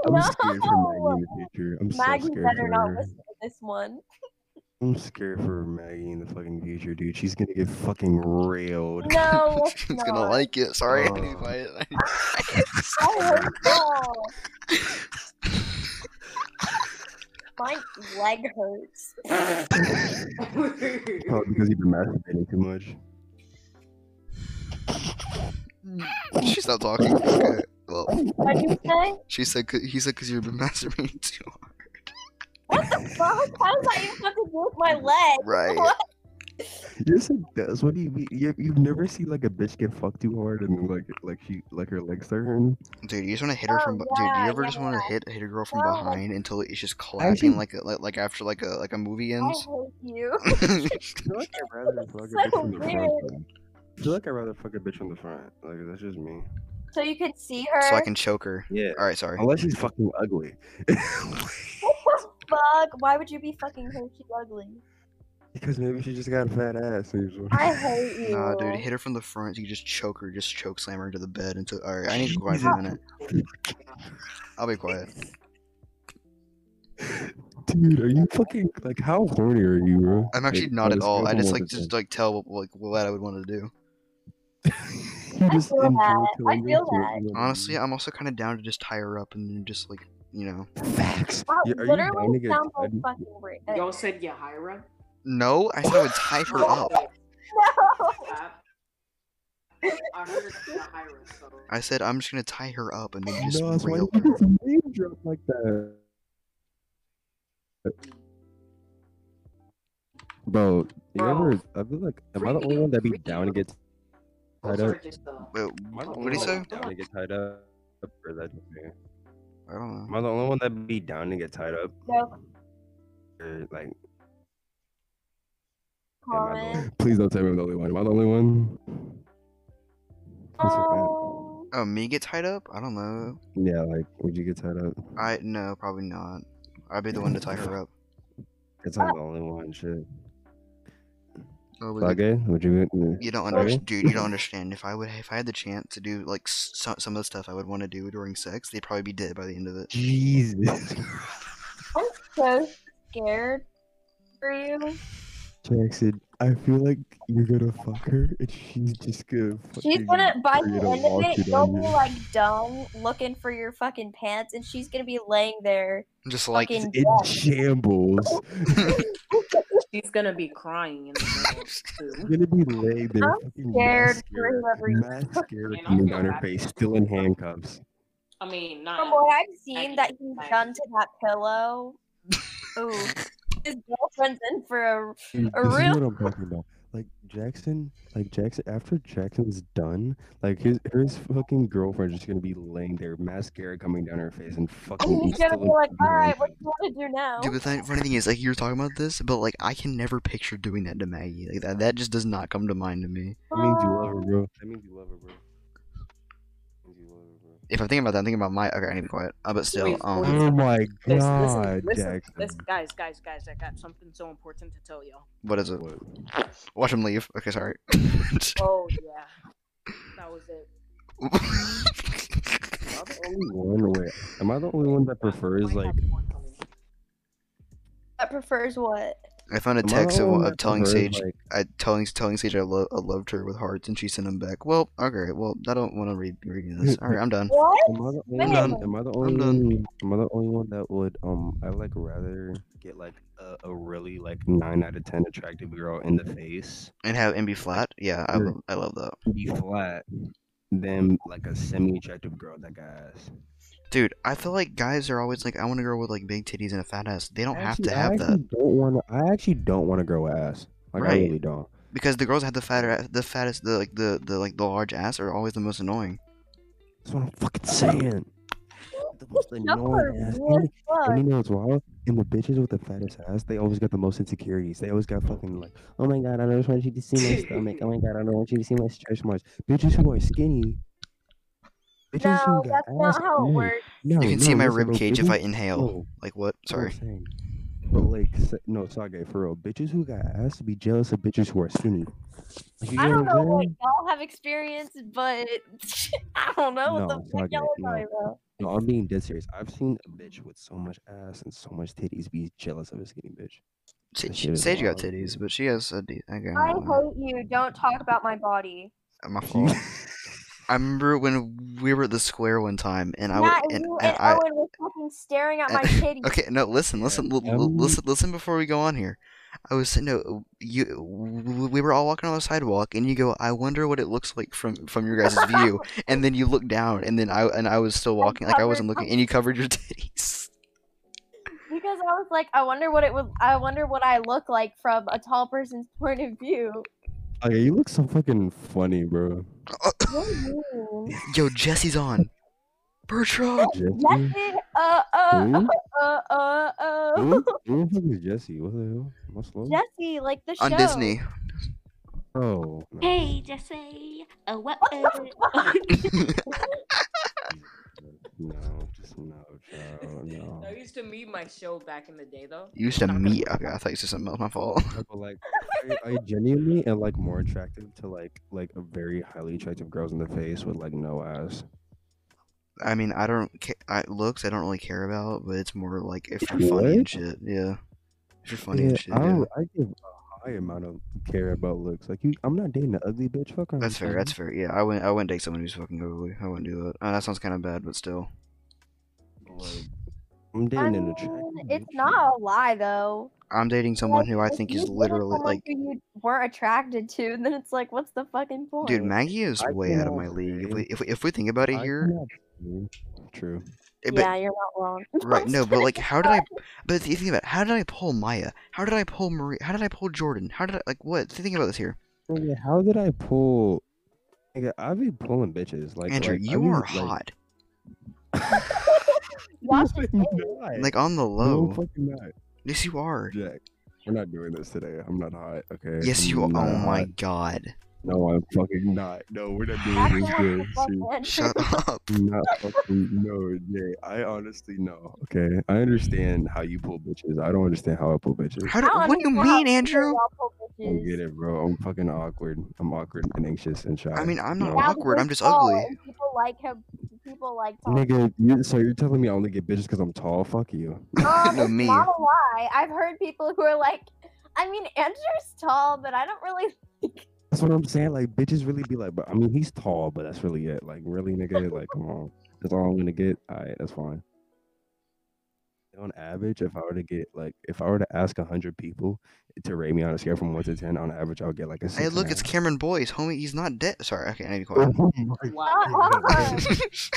I'm
no,
scared for Maggie in the future. I'm
Maggie
so scared
better
for
not
her.
listen to this one.
I'm scared for Maggie in the fucking future, dude. She's gonna get fucking railed.
No, let's
She's
not.
gonna like it. Sorry, I need
Oh.
my- I need
I hate y'all. My leg hurts.
Probably because you've been masturbating too much.
She's not talking. Okay. Well,
What do you say?
she said 'cause- he said because you've been masturbating too hard.
What the fuck? How does that even have to do with my leg?
Right.
What?
Yes, it does. What do you mean? You, you've never seen like a bitch get fucked too hard and like like she like her legs start hurting.
Dude, you just want to hit her
Oh,
from. be- dude,
yeah,
you ever
yeah,
just want
yeah.
to hit hit a girl from
No, like-
behind until it's just clapping
Actually-
like a like, like after like a like a movie
I
ends.
hate you.
I feel like I'd rather fuck
So
a bitch from the front.
weird.
though. I feel like I'd rather fuck a bitch from the front. Like that's just me.
So you could see her.
so I can choke her.
Yeah.
All right, sorry.
Unless she's fucking ugly.
What the fuck? Why would you be fucking her? She's ugly.
because maybe she just got a fat ass. and you just-
I hate you.
Nah, dude, hit her from the front. You just choke her, just choke slam her into the bed until. All right, I need to be quiet for a minute. I'll be quiet.
Dude, are you fucking like how horny are you, bro?
I'm
Like,
actually not
on
at
a
all.
scale
I
from
just
one
like
to
just like tell what- like what I would want to do.
ten. You
I
just
feel
enjoy
that. I
killing
feel
yourself,
that.
you know what I
Honestly,
mean?
Mm-hmm.
I'm also kind of down to just tie her up and then just like you know.
facts.
That
Yeah, are you down to
literally
get
sounds like
tied?
fucking rape. No.
Y'all said Yahira?
No, I said I would tie her up.
Cap. I heard Yahira, so.
I said I'm just gonna tie her up and then just
Oh, No, that's why
rail
you
her.
just name drop like that. Bro, you
Bro.
ever? I feel like, am I the only one that be down to get tied
Those
up?
are just um, the.
Wait,
Am I the
what
only
do you say?
one that be Down to get tied up, or that just me?
I don't
Am
know.
I the only one that be down to get tied up?
no
Or like, am I the only-
comment.
please don't tell me I'm the only one. Am I the only one? I feel bad.
Oh,
Oh, me get tied up? I don't know.
Yeah, like, would you get tied up?
I no, probably not. I'd be the one to tie her up.
It's not the only one. Shit.
Oh, we
Sage, would you?
You don't
Sorry?
understand, dude. You don't understand. If I would, if I had the chance to do like s- so, some of the stuff I would want to do during sex, they'd probably be dead by the end of it.
Jesus.
I'm so scared for you.
Jackson, I feel like you're gonna fuck her, and she's just gonna.
She's
fucking
gonna by the
create a
end of it,
lawsuit
you'll
on
be
you.
like dumb, looking for your fucking pants, and she's gonna be laying there,
Just like,
fucking
in
dead.
shambles.
She's gonna be crying in the
She's
middle, too.
gonna be laying there,
I'm
fucking
scared
mad
for whoever you-
mad scared,
Man, I
coming
feel
on her
bad.
face, still in handcuffs.
I mean,
From
not.
what I've seen that he's done to that pillow, ooh, his girlfriend's in for a
Dude,
A
this
real-
is what I'm talking about. like Jackson, like Jackson. After Jackson's done, like his his fucking girlfriend just gonna be laying there, mascara coming down her face, and fucking.
He's gonna be
installing
like, all right,
fucking-
what do you want to do now?
Dude, but the funny thing is, like, you were talking about this, but like, I can never picture doing that to Maggie. Like that, that just does not come to mind to me.
That means you love her, bro. That means you love her, bro. That means you love her, bro.
If I'm thinking about that, I'm thinking about my. Okay, I need to be quiet. Uh, but still,
Wait,
um,
wait.
Oh my
Listen,
god,
listen, listen,
Jackson.
listen, guys, guys, guys, I got something so important to tell y'all.
what is it?
What?
Watch him leave. Okay, sorry.
Oh yeah, that was it.
Am I the only one? Wait, am I the only one that prefers
Might
like?
have one coming.
That prefers what?
I found a
am I the
text
only
of,
one
of
that
telling
prefers,
Sage,
like-
I telling telling Sage I, lo- I loved her with hearts, and she sent him back. Well, okay, well, I don't want to read reading this. All right, I'm done.
What?
Am I the
I'm
only,
done.
am I the
I'm
only,
done.
am I the only one that would um I like rather get like a, a really like nine out of ten attractive girl in the face
And have and be flat. Yeah, I,
Yeah.
lo- I love that,
be flat than like a semi attractive girl that got ass.
dude. I feel like guys are always like, I want a girl with like big titties and a fat ass. They don't have
Actually,
to have
I
that.
actually Don't wanna, I actually don't want a girl with ass. Like I
Right.
really don't.
because the girls that have the fatter, the fattest, the like the, the like the large ass are always the most annoying.
That's what I'm fucking saying. The most
Y'all are
annoying ass.
weird
And,
as
and you
fuck.
know what's wild? And the bitches with the fattest ass, they always got the most insecurities. They always got fucking like, oh my god, I don't want you to see my stomach. Oh my god, I don't want you to see my stretch marks. Bitches who are skinny. Bitches
No,
who got
that's not
ass,
how it
no,
works.
No,
you can see
no,
my
listen,
rib
bro,
cage if I
bitches-
inhale.
no,
Like what?
that's what I'm
Sorry.
saying. But like, sa- no, Sage, for real. Bitches who got ass to be jealous of bitches who are skinny. Like, you
I
get what
don't
I'm
know what
saying?
y'all have experienced, but I don't know what
No,
the
it's
fuck
not
y'all
good,
are talking about.
No, I'm being dead serious. I've seen a bitch with so much ass and so much titties be jealous of a skinny bitch.
Sa-
That
she-
shit is
Sage got
wild,
titties,
dude.
but she has a de- okay,
I
I don't know.
hate you. Don't talk about my body.
my fault. I remember when we were at the square one time, and I
yeah,
would, and,
and you
and
and
I.
Owen were fucking staring at
and-
my titties.
Okay, no, listen, listen, l- l-
um,
listen, listen before we go on here. I was no, you. w- We were all walking on the sidewalk, and you go, "I wonder what it looks like from from your guys' view." and then you look down, and then I and I was still walking, like I
covered
wasn't
my-
looking, and you covered your titties.
Because I was like, I wonder what it would. I wonder what I look like from a tall person's point of view.
Okay, you look so fucking funny, bro.
What do you mean?
Yo, Jesse's on. Bertram.
Jesse?
That's it. Uh, uh,
Who?
uh, uh, uh.
Who? Who the fuck is Jesse? What the hell? Am I slow?
Jesse, like the show.
On Disney.
Oh, no.
Hey, Jesse. Oh, what?
No, just no, child, Oh, no.
I used to meet my show back in the day though.
You used to
Not gonna
meet.
lie.
Okay, I thought you said something else. My fault.
No, But like, I, I genuinely am like more attractive to like like a very highly attractive girls in the face with like no ass.
I mean, I don't. ca- I looks I don't really care about, but it's more like if you're funny and
What?
shit. Yeah. If you're funny
Yeah,
and shit.
I,
Yeah.
don't- I give a high amount of care about looks. Like you, I'm not dating an ugly bitch. Fuck her.
That's fair. That's fair. Yeah, I wouldn't. I wouldn't date someone who's fucking ugly. I wouldn't do that. Uh, that sounds kind of bad, but still.
Like, I'm dating
I
an
mean,
attractive.
it's
bitch.
not a lie though.
I'm dating someone who I
If
think
you
is
dated
literally
someone
like,
who you weren't attracted to, then it's like, what's the fucking point?
dude. Maggie is
I
way out of
cannot
my league. If
say-
we if we, if we think about it
I
here,
cannot do- True.
eh, but
yeah, you're not wrong.
Right, no, but like, how did I? But you think about it, how did I pull Maya? How did I pull Marie? How did I pull Jordan? How did I like what? Think about this here,
Nigga, how did I pull? Nigga, I be pulling bitches. Like
Andrew.
like, I
you
be,
are
like-
hot,
Watch
No,
it.
I'm
like,
not.
on the
No, I'm
low.
fucking not.
Yes, you are.
Jack, we're not doing this today. I'm not hot. Okay.
Yes, you are.
I'm
Oh
not
my
hot.
god.
No, I'm fucking not. No, we're not doing
That's
this.
what
Jay.
the fuck,
See,
man.
Shut up.
I'm not fucking no, Jay. I honestly know. Okay, I understand how you pull bitches. I don't understand how I pull bitches.
How
I
do,
don't
what do you
understand how
mean,
people
Andrew?
y'all pull
I don't get
bitches.
it, bro. I'm fucking awkward. I'm awkward and anxious and shy.
I mean, I'm
No.
not
Now
awkward.
because
I'm just
he's tall
ugly.
and People like him. People like tall.
Nigga, you, so you're telling me I only get bitches because I'm tall? Fuck you.
Um,
No,
it's
me.
Not a lie. I've heard people who are like, I mean, Andrew's tall, but I don't really.
That's what I'm saying. Like bitches really be like, but I mean, he's tall, but that's really it. Like really, nigga. Like come on, that's all I'm gonna get. All right, that's fine. On average, if I were to get like, if I were to ask hundred people to rate me on a scale from one to ten, on average, I'll get like a. Six
Hey,
and
look,
a
it's
half.
Cameron Boyce, homie. He's not dead. Sorry, okay, I need to be quiet. Oh.
Oh my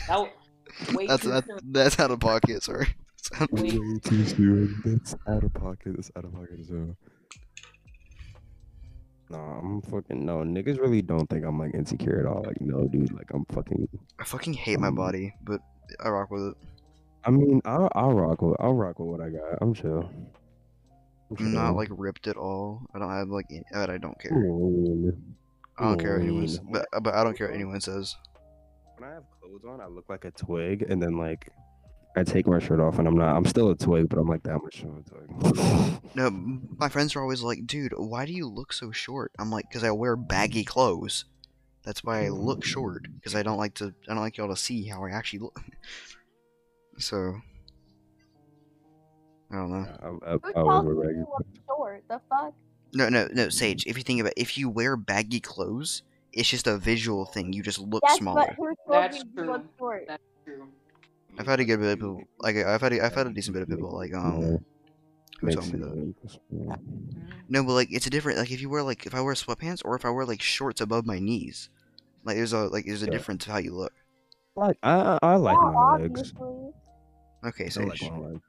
Ah.
Wow. That was way
that's
too
that's
soon.
that's out of pocket. Sorry.
God,
Wait.
way too soon. That's out of pocket. That's out of pocket as well. No, I'm fucking no. Niggas really don't think I'm like insecure at all. Like, no, dude. Like, I'm fucking.
I fucking hate my body, but I rock with it.
I mean, I'll, I'll rock with. I'll rock with what I got. I'm chill.
I'm not
chill.
like ripped at all. I don't have like, any- but I don't care.
When
I don't care what anyone, s-
Mean.
but but I don't care what anyone says.
I have clothes on, I look like a twig, and then like I take my shirt off, and I'm not. I'm still a twig, but I'm like that much of a twig.
No, m- my friends are always like, dude, why do you look so short? I'm like, because I wear baggy clothes. That's why I look short. Because I don't like to. I don't like y'all to see how I actually look. so. I don't know.
I, I,
Who
I was
tells
a
you
regular.
you look short? The fuck?
No, no, no, Sage. If you think about, if you wear baggy clothes, it's just a visual thing. You just look
Yes,
smaller.
but who told
That's
you
true.
you look short?
That's true.
I've had a good bit of people. Like I've had, a, I've had a decent bit of people. Like um, who told me that? No, but like it's a different. Like if you wear like if I wear sweatpants or if I wear like shorts above my knees, like there's a like there's a
Yeah.
difference of how you look.
Like I, I I like
Yeah,
my legs.
obviously.
Okay,
I like
Sage.
my legs.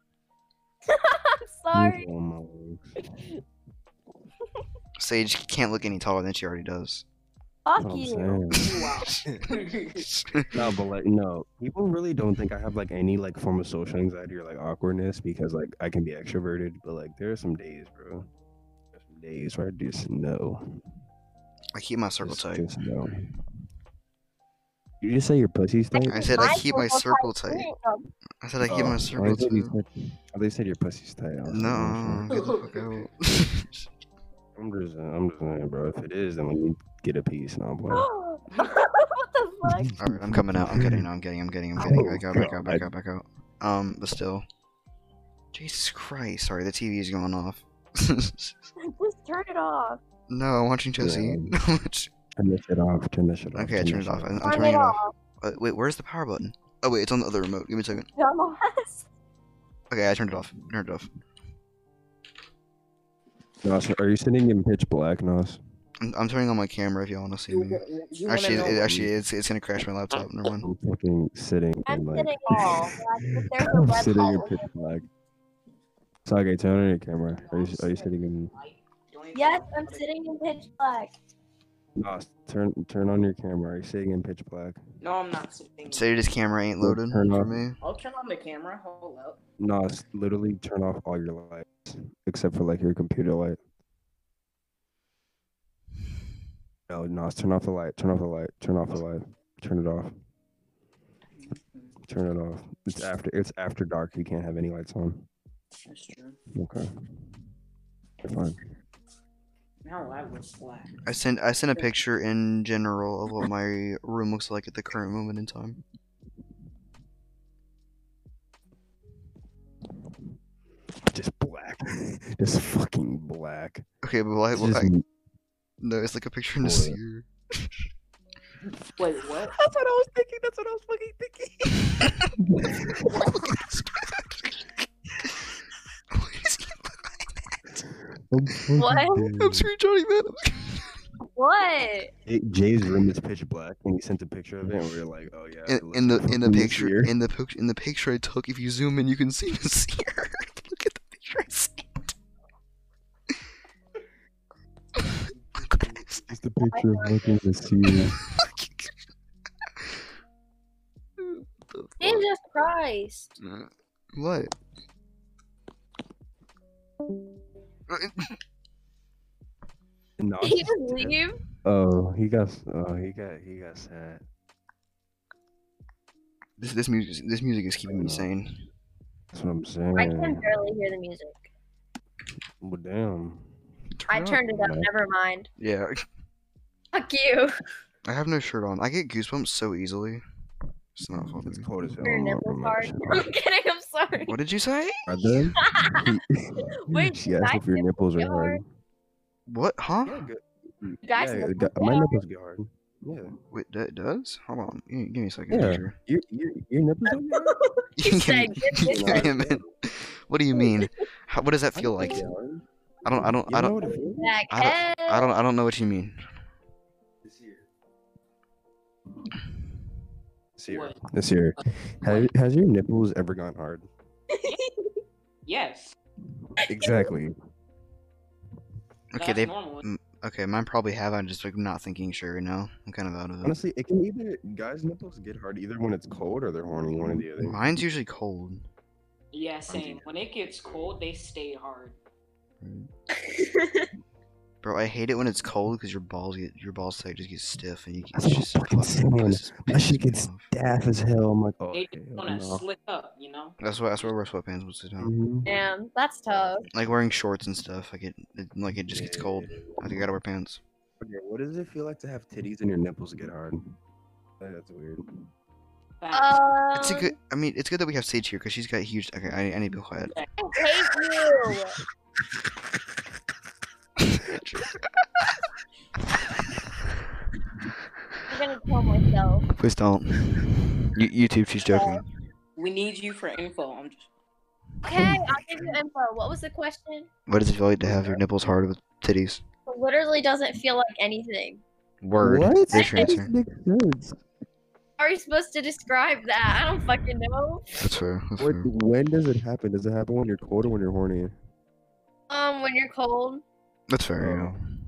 I'm sorry.
I like my legs.
Sage can't look any taller than she already does.
That's
Fuck
what I'm
you.
saying.
Wow.
No, but like no, people really don't think I have like any like form of social anxiety or like awkwardness because like I can be extroverted, but like there are some days, bro. There's some days where I just know.
I keep my circle
Just,
tight.
just know. You just say your pussy's tight.
I said I
Mine's
keep my
almost
circle
like
tight.
freedom.
I said I keep
Oh,
my
I
circle
thought you
tight.
said- I thought you said your pussy's tight. I was like,
No,
oh,
get the fuck out.
fuck. I'm just, I'm just saying, bro. If it is, then when you get a piece, no, boy.
Oh what the fuck?
All right, I'm coming out. I'm getting. I'm getting. I'm
Oh,
getting. I'm getting. Back out. Back out. Back out. Back out. Um, but still. Jesus Christ! Sorry, the TV is going off.
Just turn it off.
no, I'm watching Josie.
Turn this shit off. Turn this shit off.
okay, I turned
turn this
it off.
shit
I'm, I'm
Turn
turning
it
it off.
off,
Uh, wait, where's the power button? Oh wait, it's on the other remote. Give me a second.
dumbass.
Okay, I turned it off. Turned it off.
Nos, are you sitting in pitch black, Nos?
I'm, I'm turning on my camera if y'all want to see
You
me.
wa- you wanna
Actually,
know-
it, actually, it's it's gonna crash my laptop. Never mind.
I'm fucking sitting.
I'm
in, like,
sitting all. Like, if there's a
I'm
red
sitting
light,
in pitch black. Sage, turn on your camera. Are you, are you sitting in?
Yes, I'm sitting in pitch black.
Nos, turn turn on your camera. Are you sitting in pitch black?
No, I'm not sitting.
Sadie's camera ain't loaded
Turn
for
off.
me.
I'll turn on the camera. Hold up.
Nos, literally turn off all your lights except for like your computer light. No, Nos, turn off the light. Turn off the light. Turn off the light. Turn it off. Turn it off. It's after it's after dark. You can't have any lights on.
That's true.
Okay. You're fine.
Now I was black.
I sent I sent a picture in general of what my room looks like at the current moment in time.
Just black. Just fucking black.
Okay, but why?
It's
why
just
no, it's like a picture in the
Or-
seer.
Wait,
That's
what?
what I was thinking. That's what I was fucking thinking.
What?
I'm screenshotting that.
What?
Jay's room is pitch black, and he sent a picture of it, and we were like, "Oh yeah." it
In, in
looks
the
like
in the
fucking this
picture
year.
in the pic- in the picture I took, if you zoom in, you can see the seer. Look at the picture I sent. Look at this.
It's the picture of looking to see.
What the fuck?
Jesus Christ.
Uh, What?
No,
Did he just leave?
Oh, he got. Oh, he got. He got sad.
This this music this music is keeping me
Yeah.
sane.
That's what I'm saying.
I can barely hear the music.
Well, damn.
I
up.
turned it up. Never mind.
Yeah,
Fuck you.
I have no shirt on. I get goosebumps so easily. Oh, It's not funny.
It's cold as hell.
Your
I'm not
nipples
gonna
hard. I'm
mention
kidding. I'm sorry.
What did you say?
it. Are they?
Wait,
she asked
my
if your nipples are
nipples are
hard.
What? Huh?
Yeah, good.
Guys,
yeah,
nipples
gu-
are
my
hard.
nipples be hard. Yeah.
Wait, that does? Hold on. Give me, give me a second.
Yeah.
picture.
Your, your, your nipples are hard?
He
Give
said,
me-
"Give me
give
a
me a minute. What do you mean? How, what does that
I
feel
don't
like?
think they are.
I don't. I don't.
You
I
know
don't.
what it feels like?
Like,
I
hell.
I don't. I don't know what you mean.
This year. This year.
What?
This year. Has, has your nipples ever gone hard?
Yes.
Exactly.
Okay,
that's
they.
normal.
mm, Okay, mine probably have. I'm just like not thinking sure now. I'm kind of out of it.
Honestly, it can either guys' nipples get hard either when it's cold or they're horny, one or the other.
Mine's usually cold.
Yeah, same. When it gets cold, they stay hard.
Bro, I hate it when it's cold because your balls get your balls like just get stiff and you get
That's
it's just
fucking
fucking
similar.
pisses-
That shit
pisses
gets
me off.
Daff as hell. I'm like, oh,
They
okay,
just
oh,
wanna
no.
slick up, you know.
That's why that's why I wear sweatpants when it's down.
Mhm.
Damn, that's tough.
Like wearing shorts and stuff. Like it, it like it just gets
Yeah.
cold. I think I gotta wear pants.
Okay, what does it feel like to have titties and your nipples get hard? Uh, That's weird.
Facts.
Um,
It's a good. I mean, it's good that we have Sage here because she's got huge. Okay, I, I need to be quiet.
I hate you. I'm gonna kill myself.
Please don't. You, YouTube, she's joking.
we need you for info. I'm just
Okay, I'll give you info. What was the question?
What does it feel like to have your nipples hard with titties?
It literally doesn't feel like anything.
Word.
What?
Bitch
That
answer.
makes sense.
How are you supposed to describe that? I don't fucking know.
That's fair. That's
What,
fair.
when does it happen? Does it happen when you're cold or when you're horny?
Um, when you're cold.
That's fair.
Um,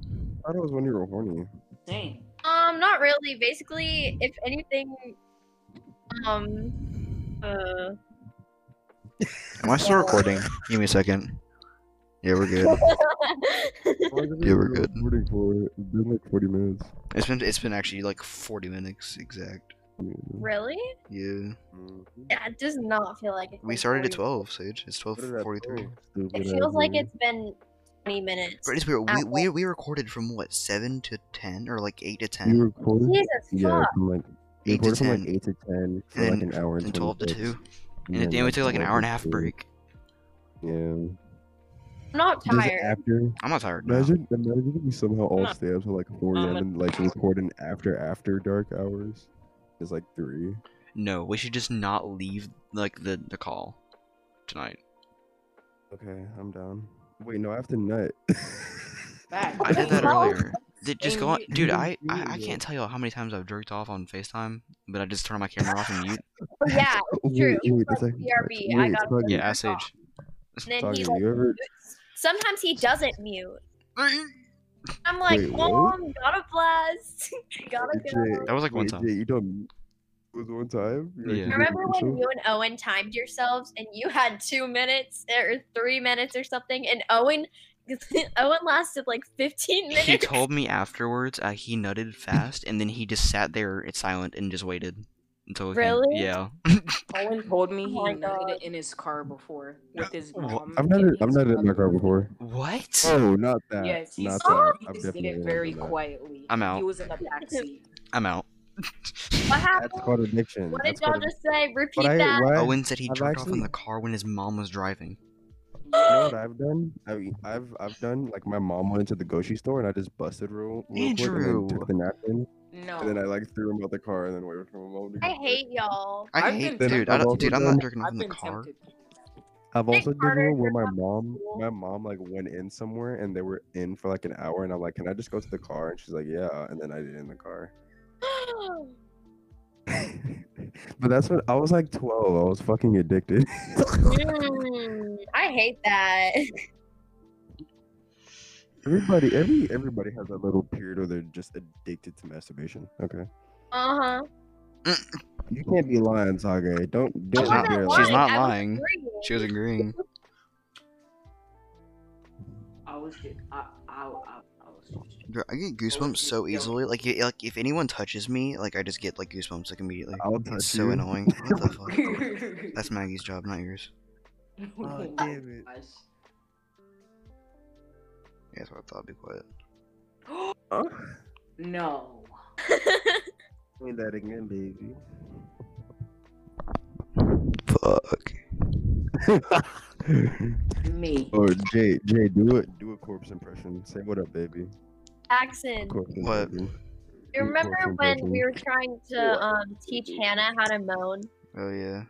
I thought it was when you were horny.
saying.
Um, not really. Basically, if anything, um, uh,
Yeah. Am I still recording? Give me a second. Yeah, we're good.
Why is it
Yeah, we're
even
good.
Recording for it? It's been like 40 minutes.
It's been it's been actually like 40 minutes exact.
really?
Yeah.
That does not feel like it.
We started at 12, Sage. It's 12:43.
It feels like it's been 20 minutes.
But it's weird. We,
At
we we recorded from what 7 to 10 or like 8 to
You
10
recorded?
Jesus
Mm-hmm. Yeah,
fuck.
from like, you
8 to
recorded from
10.
like 8 to 10 for
and
like
then-
an hour and,
and 12 to
26,
2. And then we took like an
12
hour and a
to
half
2.
break.
Yeah.
I'm not
Does it
tired.
after?
I'm not tired. Now.
Imagine, imagine if we somehow all
Huh.
stay up till like 4
Um,
a.m. and like record an after after dark hours. It's like 3.
No, we should just not leave like the the call tonight.
Okay, I'm down. Wait, no, I have to nut.
Facts.
I did that
No.
earlier. Did- just go on,
Same
dude.
here.
I, I I can't tell you how many times I've jerked off on Facetime, but I just turn my camera off and mute.
But yeah, true.
Wait, wait,
Like
it's like,
BRB, I
wait,
got
Tuggy,
Yeah, ask Sage.
and then he
Tuggy,
like,
you ever
sometimes he doesn't mute. I'm like,
Wait, what?
Mom, gotta blast. gotta
Wait,
go.
That was like one
wait,
time.
Jay, you don't it was one time? You're
Yeah.
like, you didn't
Remember
do
when
so?
you and Owen timed yourselves and you had two minutes or three minutes or something, and Owen Owen lasted like 15 minutes.
He told me afterwards uh, he nutted fast, and then he just sat there in silent and just waited until. it came-
Really?
Yeah.
Owen told me
Oh
he
my
nutted
God.
in his car before with his
Wha-
mom.
I've never
and
I've
his
not in my
brother.
car before.
What?
Oh, not that.
Yes, he,
not
said
that.
he
I've
just did
definitely
it
not
very
done that.
quietly.
I'm out.
He was in the backseat.
I'm out.
What happened?
That's called addiction.
what did
That's
y'all
called
just say? Repeat
But I,
that.
what,
Owen said he
I've
jerked off in
actually-
the car when his mom was driving.
you know what I've done? I mean, I've I've done like my mom went into the grocery store and I just busted real, real quick and then
Andrew.
took the napkin
No.
and then I like threw him out the car and then waited for my mom to.
Oh. I
get back.
hate y'all.
I
I've
hate,
been
dude.
tempted
I
to
don't,
do
dude. I'm
that.
not jerking off
I've
in the
been
car.
tempted.
I've
Think
also done one
harder if
where
you're
my
not
mom,
cool.
my mom like went in somewhere and they were in for like an hour, and I'm like, "Can I just go to the car?" And she's like, "Yeah," and then I did it in the car. but that's when I was like 12. I was fucking addicted.
Mm, I hate that.
everybody, every everybody has that little period where they're just addicted to masturbation. Okay,
Uh huh.
you can't be lying, Saga. Don't
She's
don't
not-
be
she's
lying.
not
I was
lying.
agreeing.
She was agreeing.
I was just. I, I, I, I was just.
Bro, I get goosebumps so easily. Like, y- like if anyone touches me, like I just get like goosebumps like immediately.
I'll touch
It's so
you.
annoying. What the fuck? That's Maggie's job, not yours.
Oh, damn
Gosh.
Yeah, that's what I thought. Be quiet.
Huh?
No.
Give me that again, baby.
Fuck.
Me.
oh, Jay, Jay, do it. Do a corpse impression. Say what up, baby.
Jackson,
Corpse
What?
impression.
you remember
Corpse
when
impression.
we were trying to um, teach Hannah how to moan?
Oh yeah.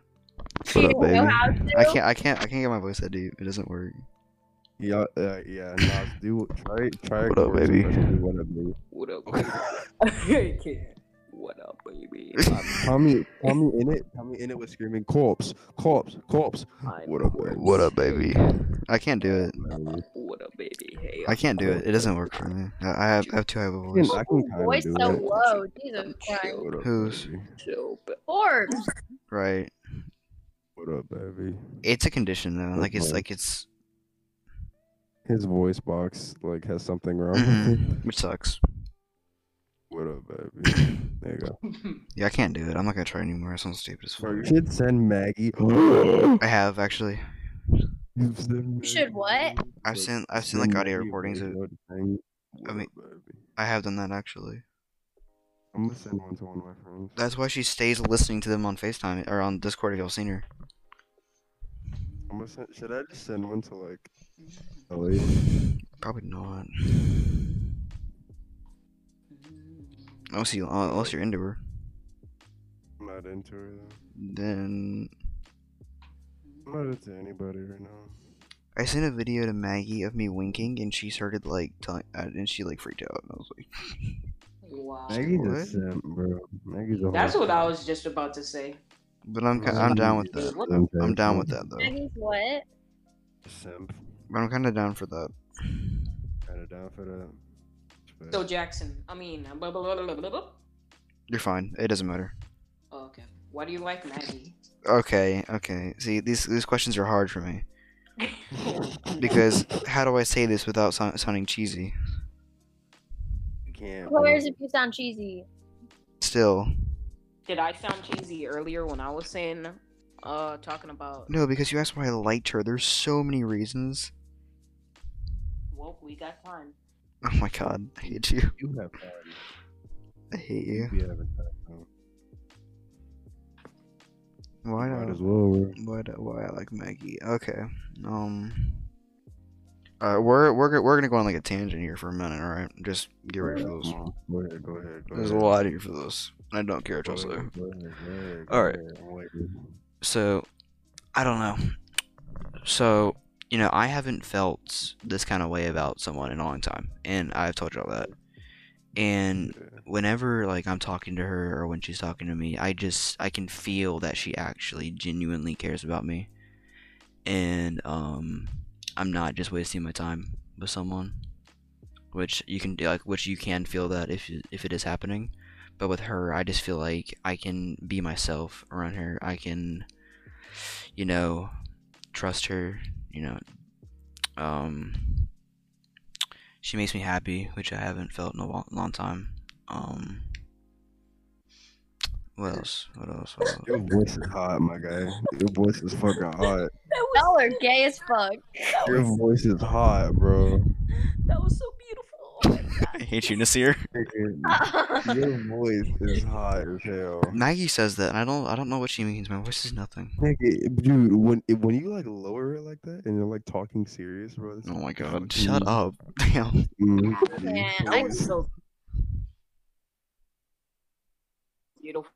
She
up,
didn't know
baby?
how to.
I can't. I can't. I can't get my voice that deep. It doesn't work.
Yeah, uh, yeah. Nas, do try try.
What up,
Corpse
baby?
impression, do What up, baby?
What up, baby? what up, baby? I'm-
Tommy, Tommy in it. Tommy in it was screaming corpse, corpse, corpse.
I'm
What up,
Corpse.
What
up, baby? I can't do it.
baby.
What up, baby? hey,
I can't do it. It doesn't work for me. I, I have I have too high of a
I can,
voice.
I can kind of
voice
do
so
it.
low. Jesus Christ.
What up,
Who's-
baby?
chill, but
Forbes.
Right.
What up, baby?
It's a condition though. Like it's
Okay.
like it's
His voice box like has something wrong.
Mhm. which sucks.
What up, baby? There you go.
Yeah, I can't do it. I'm not gonna try anymore. It sounds stupid as fuck.
You should send Maggie. you
I have actually.
should what?
I've sent- I've sent, like, audio recordings of- I mean- I have done that actually.
I'm gonna send one to one of my friends.
That's why she stays listening to them on FaceTime or on Discord if y'all seen her.
I'm gonna send, should I just send one to like Ellie?
Probably not. Unless you uh, unless you're into her.
I'm not into her though.
Then
I'm not into anybody right now.
I sent a video to Maggie of me winking, and she started like telling, uh, and she like freaked out. And I was like,
wow.
Maggie's a
What?
simp, bro. Maggie's a
That's
whole
what I was just about to say.
but I'm ki- I'm down with
Dude,
that.
what
simp.
I'm down with that though.
Maggie's what?
Simp.
But I'm kind of down for that.
Kinda down for that. But-
So Jackson, I mean, blah, blah, blah, blah, blah, blah.
You're fine. It doesn't matter.
Oh, okay. Why do you like Maggie?
Okay, okay. See, these these questions are hard for me because how do I say this without sou- sounding cheesy?
You can't.
Who
bro.
cares if you sound cheesy?
Still,
Did I sound cheesy earlier when I was saying, uh, talking about?
no, because you asked why I liked her. There's so many reasons.
Well, we got time.
Oh my god, I hate you.
You have fun.
I hate you.
You haven't had fun.
Why
Might
not?
as well, bro.
Why do, why I like Maggie? Okay. Um. All right, we're we're go- we're gonna go on like a tangent here for a minute. All right, just get ready for this.
Come on. Go ahead, go ahead, go
There's a
ahead.
lot here for this. I don't care what
Go
y'all say.
ahead, go ahead, go ahead, go
All right.
ahead. I'm waiting.
So, I don't know. So you know, I haven't felt this kind of way about someone in a long time, and I've told y'all that. And
Yeah.
whenever like I'm talking to her or when she's talking to me, I just I can feel that she actually genuinely cares about me. And um I'm not just wasting my time with someone. Which you can like which you can feel that if you- if it is happening. But with her, I just feel like I can be myself around her. I can you know trust her, you know. Um she makes me happy, which I haven't felt in a long, long time. Um, what else? What else? What else?
Your voice is hot, my guy. Your voice is fucking hot.
Y'all are gay as fuck.
Your voice is hot, bro.
That was so beautiful.
I hate you, Nasir.
Freaking- Your voice is hot as hell.
Maggie says that, and I don't. I don't know what she means. My voice is nothing.
Nigga, dude, when it- when you like lower it like that and you're like talking serious, bro. This
Oh my god!
fucking-
Shut up! Damn.
Mm,
Yeah,
your
that was
voice-
so beautiful.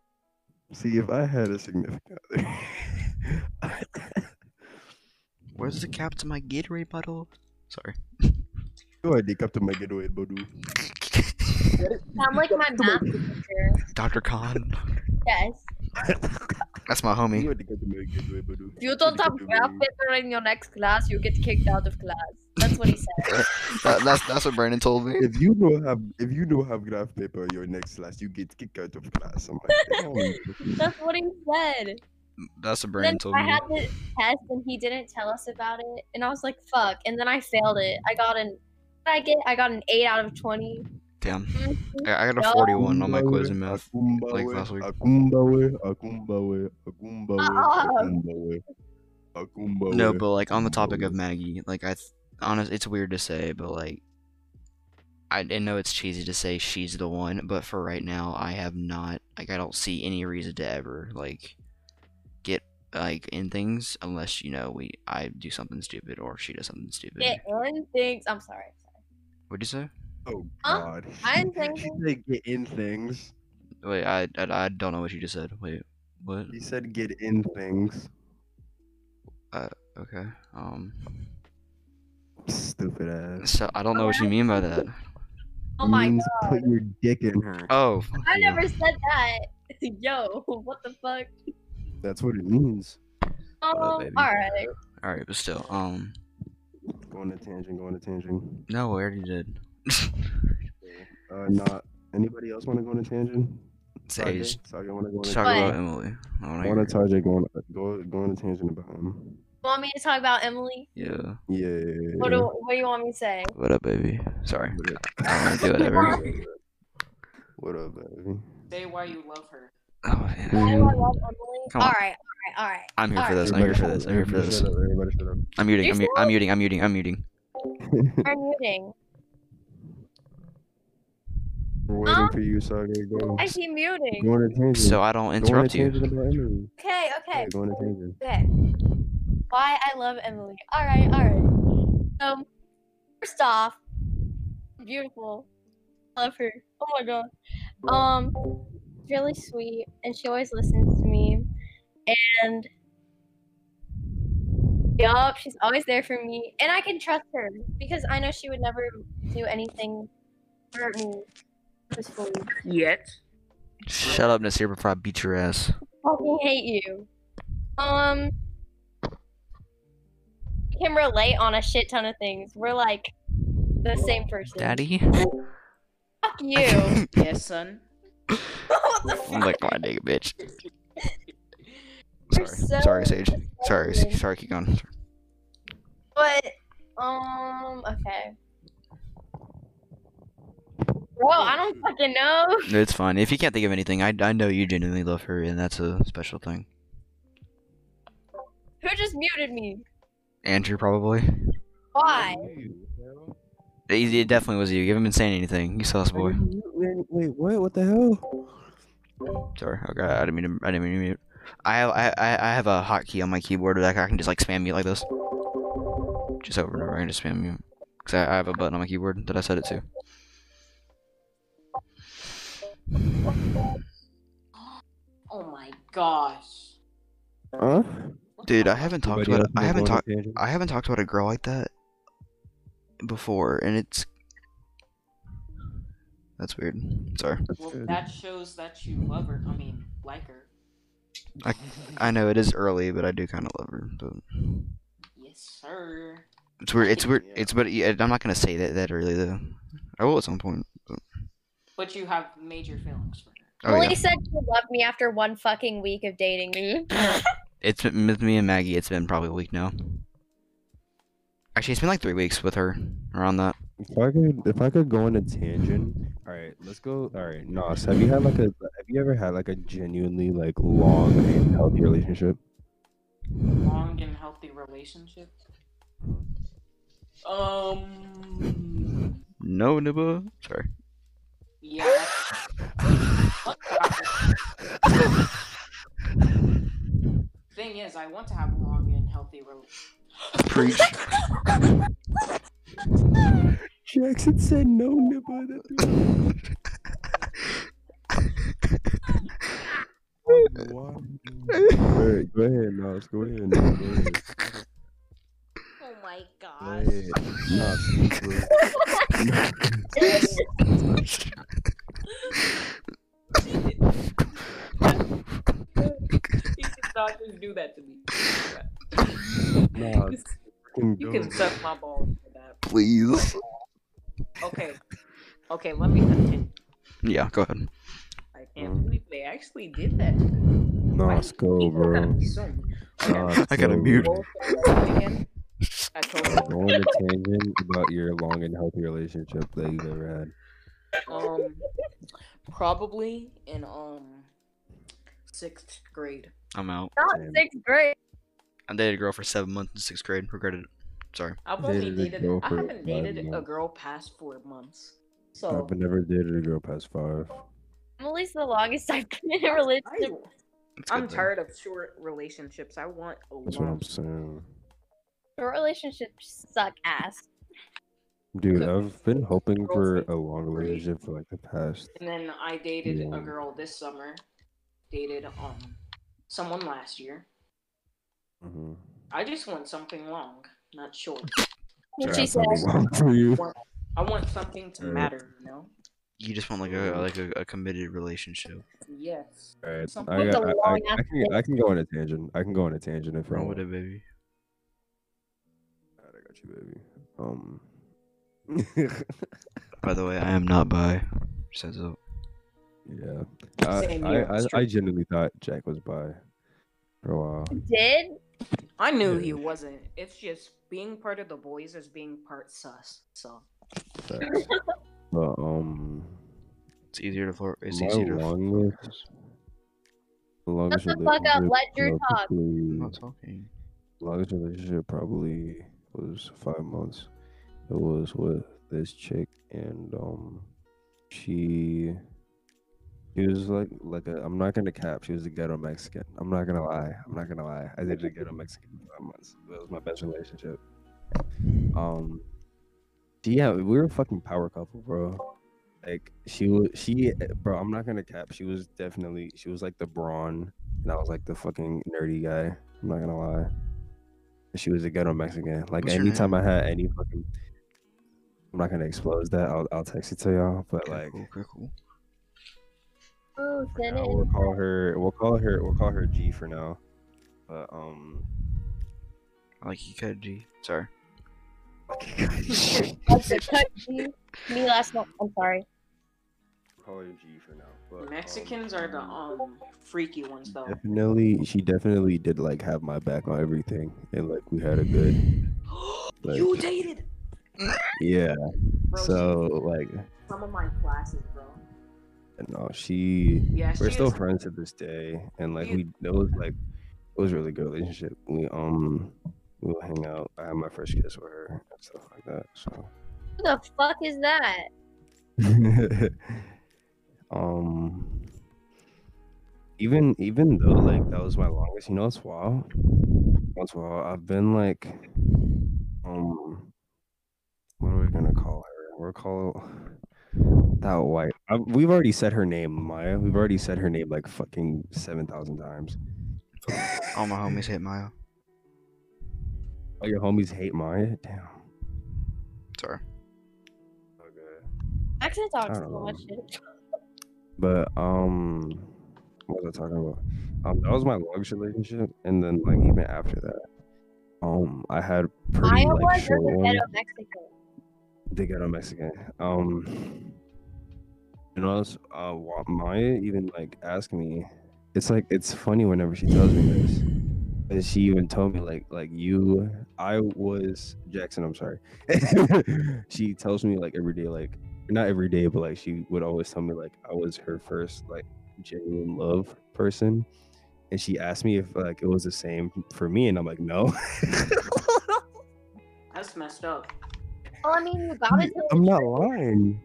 See, if I had a significant other,
Where's the cap to my Gatorade bottle? Sorry.
do I dick up to my getaway, Bodu?
Sound like my math teacher.
Dr. Khan.
Yes.
That's my homie.
You are dick up to my getaway, Bodu.
If you don't have graph paper in your next class, you get kicked out of class. That's what he said.
That, that's that's what Brandon told me.
If you don't have if you don't have graph paper in your next class, you get kicked out of class. I'm like, damn.
That's what he said.
That's what Brandon
Then
told
I
me.
had the test and he didn't tell us about it, and I was like, "Fuck!" And then I failed it. I got an, what did I get? I got an eight out of twenty.
Damn.
Mhm.
I, I got a 41 on my quiz in math. like, last week.
Akumbawe, Akumbawe, Akumbawe,
Ah.
Akumbawe, Akumbawe.
No, but like on the topic of Maggie, like I, th- honest, it's weird to say, but like, I, I know it's cheesy to say she's the one, but for right now, I have not. Like, I don't see any reason to ever like get like in things unless you know we I do something stupid or she does something stupid.
Get in things. I'm sorry.
What'd you say?
oh
Huh?
god,
I didn't say
He
anything.
said get in things.
Wait, I, I I don't know what you just said. Wait, what?
He said get in things.
Okay. Um.
Stupid ass.
So I don't know what you mean by that.
Oh my
Means
god!
Put your dick in her.
Oh. fuck
I
you.
never said that. Yo, what the fuck?
That's what it means.
Um, all
baby.
right.
All right, but still, um.
Going to tangent, going to tangent.
No, I already did.
Uh, not anybody else want to go on a tangent?
Sage,
Sage want to go on a
Let's talk
What?
about Emily. I wanna
I want
hear-
to Tajay go on go go on a tangent about him.
want me to talk about Emily?
Yeah.
Yeah.
What do What do you want me to say?
What up, baby? Sorry.
What up?
I want to do whatever.
What up, baby?
Say why you love her.
Oh, man.
Why do I
Mhm.
love Emily?
Come on.
All right, all right, all right.
I'm here for
Alright.
this. I'm here for this. I'm here for
Everybody
this.
shut up, Everybody shut up.
I'm muting. I'm,
You're
mu- I'm muting. I'm muting. I'm muting.
We're muting.
We're waiting for you, Saga. Go.
I see muting.
Go on a tangent.
So I don't
go on a
interrupt you.
tangent about Emily.
Okay, okay.
Yeah, go on a tangent.
Okay. Why I love Emily. All right, all right. Um, first off, beautiful. Love her. Oh my god. Um, really sweet, and she always listens to me. And yup, she's always there for me, and I can trust her because I know she would never do anything to hurt me. purposefully.
Yet.
Shut up, Nasir, before I beat your ass.
fucking hate you. Um, we can relate on a shit ton of things. We're like the same person.
Daddy?
fuck you.
Yes, son.
what the
I'm
fuck?
like, my nigga, bitch.
You're
Sorry.
so
Sorry, Sage. Sorry. S-
disgusting.
Sorry, keep going.
But um, okay. Bro, I don't fucking know.
No, It's fine. If you can't think of anything, I, I know you genuinely love her, and that's a special thing.
Who just muted me?
Andrew, probably.
Why?
It, it definitely was you. You haven't been saying anything. You sauce boy.
Wait, wait, what? What the hell?
Sorry. Okay, I didn't mean to. I didn't mean to mute. I have I, I I have a hotkey on my keyboard that I can just like spam mute like this. Just over and over, I can just spam mute. Cause I, I have a button on my keyboard that I set it to.
Oh my gosh.
Huh?
What
Dude,
the
I haven't talked
Anybody
about
else
I
wanna
haven't
go on a
talked
tangent?
I haven't talked about a girl like that before, and it's that's weird. Sorry,
That's
Well,
good.
that shows that you love her. I mean, like her.
I know it is early, but I do kind of love her. But
Yes, sir.
it's weird. It's weird.
Yeah.
It's but yeah, I'm not gonna say that that early though. I will at some point. But,
But you have major feelings for her.
oh
Emily
yeah,
said she loved me after one fucking week of dating me.
it's been with me and Maggie. It's been probably a week now. Actually, it's been like three weeks with her around that.
If I could, if I could go on a tangent. All right, let's go. All right, Nas, have you had like a, have you ever had like a genuinely like long and healthy relationship?
Long and healthy relationship. Um.
No, Nibba. Sorry.
Yeah. that's- What the- Thing is, I want to have a long and healthy relationship.
Preach.
Jackson said no, Nibba. Alright, go ahead, Nas. Go ahead, Nas. Go ahead.
Oh my
Go
gosh.
ahead. Nas, go ahead.
You can not just do that to me.
Nas, fucking
You
go.
can suck my balls for that.
Please.
Okay. Okay, let me continue.
Yeah, go ahead.
I can't believe they actually did that. to me. Why
Nas,
do
go,
people gotta
bro.
be so mean?
Nas,
I gotta
go,
mute.
bro.
Well, so that weekend, I told
Go
them,
on a tangent about your long and healthy relationship that you've ever had.
um, probably in um sixth grade.
I'm out.
Not
Damn.
sixth grade.
I dated a girl for seven months in sixth grade. Regretted it. Sorry.
I've only
Dated a
dated.
girl
I
for
haven't
five
dated a
months.
girl past four months. So
I've never dated a girl past five.
Emily's the longest I've been in a relationship.
I,
It's
I'm
good, though.
tired of short relationships. I want a
That's what
long.
I'm saying.
Short relationships suck ass.
Dude,
Good.
I've been hoping for
Girlfriend.
a long relationship for like the past.
And then I dated
Yeah.
a girl this summer. Dated um someone last year.
Mhm.
I just want something long, not short.
And
Sorry,
she
that's
said,
not long for you.
I want something to
Yeah.
matter, you know?
You just want like a like a, a committed relationship.
Yes.
Alright,
Some-
I,
That's a
got- I, I,
long
I
ass
can I can go on a tangent. I can go on a tangent if I
Wrong
want.
with it, baby.
Alright, I got you, baby. Um.
By the way, I am not bi. Just heads up.
Yeah. I,
Same here,
I, I,
it's
I
true.
genuinely thought Jack was bi for a while.
Did?
I knew he
Yeah.
wasn't. It's just being part of the boys is being part sus. So
Facts. but um
It's easier to flirt. It's
my
easier to.
long list. The longest
the fuck up,
relationship
let Drew talk.
I'm
probably-
not talking.
Longest relationship probably was five months. It was with this chick and um she she was like like a I'm not gonna cap, she was a ghetto Mexican. I'm not gonna lie. I'm not gonna lie. I did a ghetto Mexican for five months. That was my best relationship. Um yeah, we were a fucking power couple, bro. Like she was she bro, I'm not gonna cap. She was definitely she was like the brawn and I was like the fucking nerdy guy. I'm not gonna lie. She was a ghetto Mexican. Like
What's her
anytime I had any fucking I'm not gonna expose that. I'll, I'll text it to y'all. But
Okay,
like,
cool, cool, cool.
Ooh, send
uh,
oh, it.
we'll call her. We'll call her. We'll call her G for now. But um,
I like you could G. Sorry.
That's a cut G. Me last month. I'm sorry.
call her G for now. But, um,
Mexicans are the um freaky ones though.
Definitely, she definitely did like have my back on everything, and like we had a good, like,
you dated,
yeah.
bro. she-
So like,
some of my classes, bro.
no, she
Yeah,
we're
she
still
is-
friends to this day and like
You-
we it was like it was a really good relationship we um we'll hang out i had my first kiss with her and stuff like that
Who the fuck is that?
so um even even though like that was my longest you know it's wild once while i've been like um what are we gonna call her we're call that white I, we've already said her name maya we've already said her name like fucking 7000 times
All my homies hit Maya.
Oh, your homies hate Maya? Damn.
Sorry.
Okay.
Accent talks
I
so
don't
much
know.
shit.
But um what was I talking about? Um that was my longest relationship and then like even after that. Um I had pretty
Iowa,
like
you're
short
the
ones.
ghetto Mexico.
the ghetto Mexican. Um, and also, uh, wa- Maya even like asked me. It's like it's funny whenever she tells me this. And she even told me like like you, I was Jackson. I'm sorry. she tells me like every day, like not every day, but like she would always tell me like I was her first like genuine love person. And she asked me if like it was the same for me, and I'm like, no.
That's messed up.
Well, I mean, you gotta tell
I'm
the
not
truth.
lying.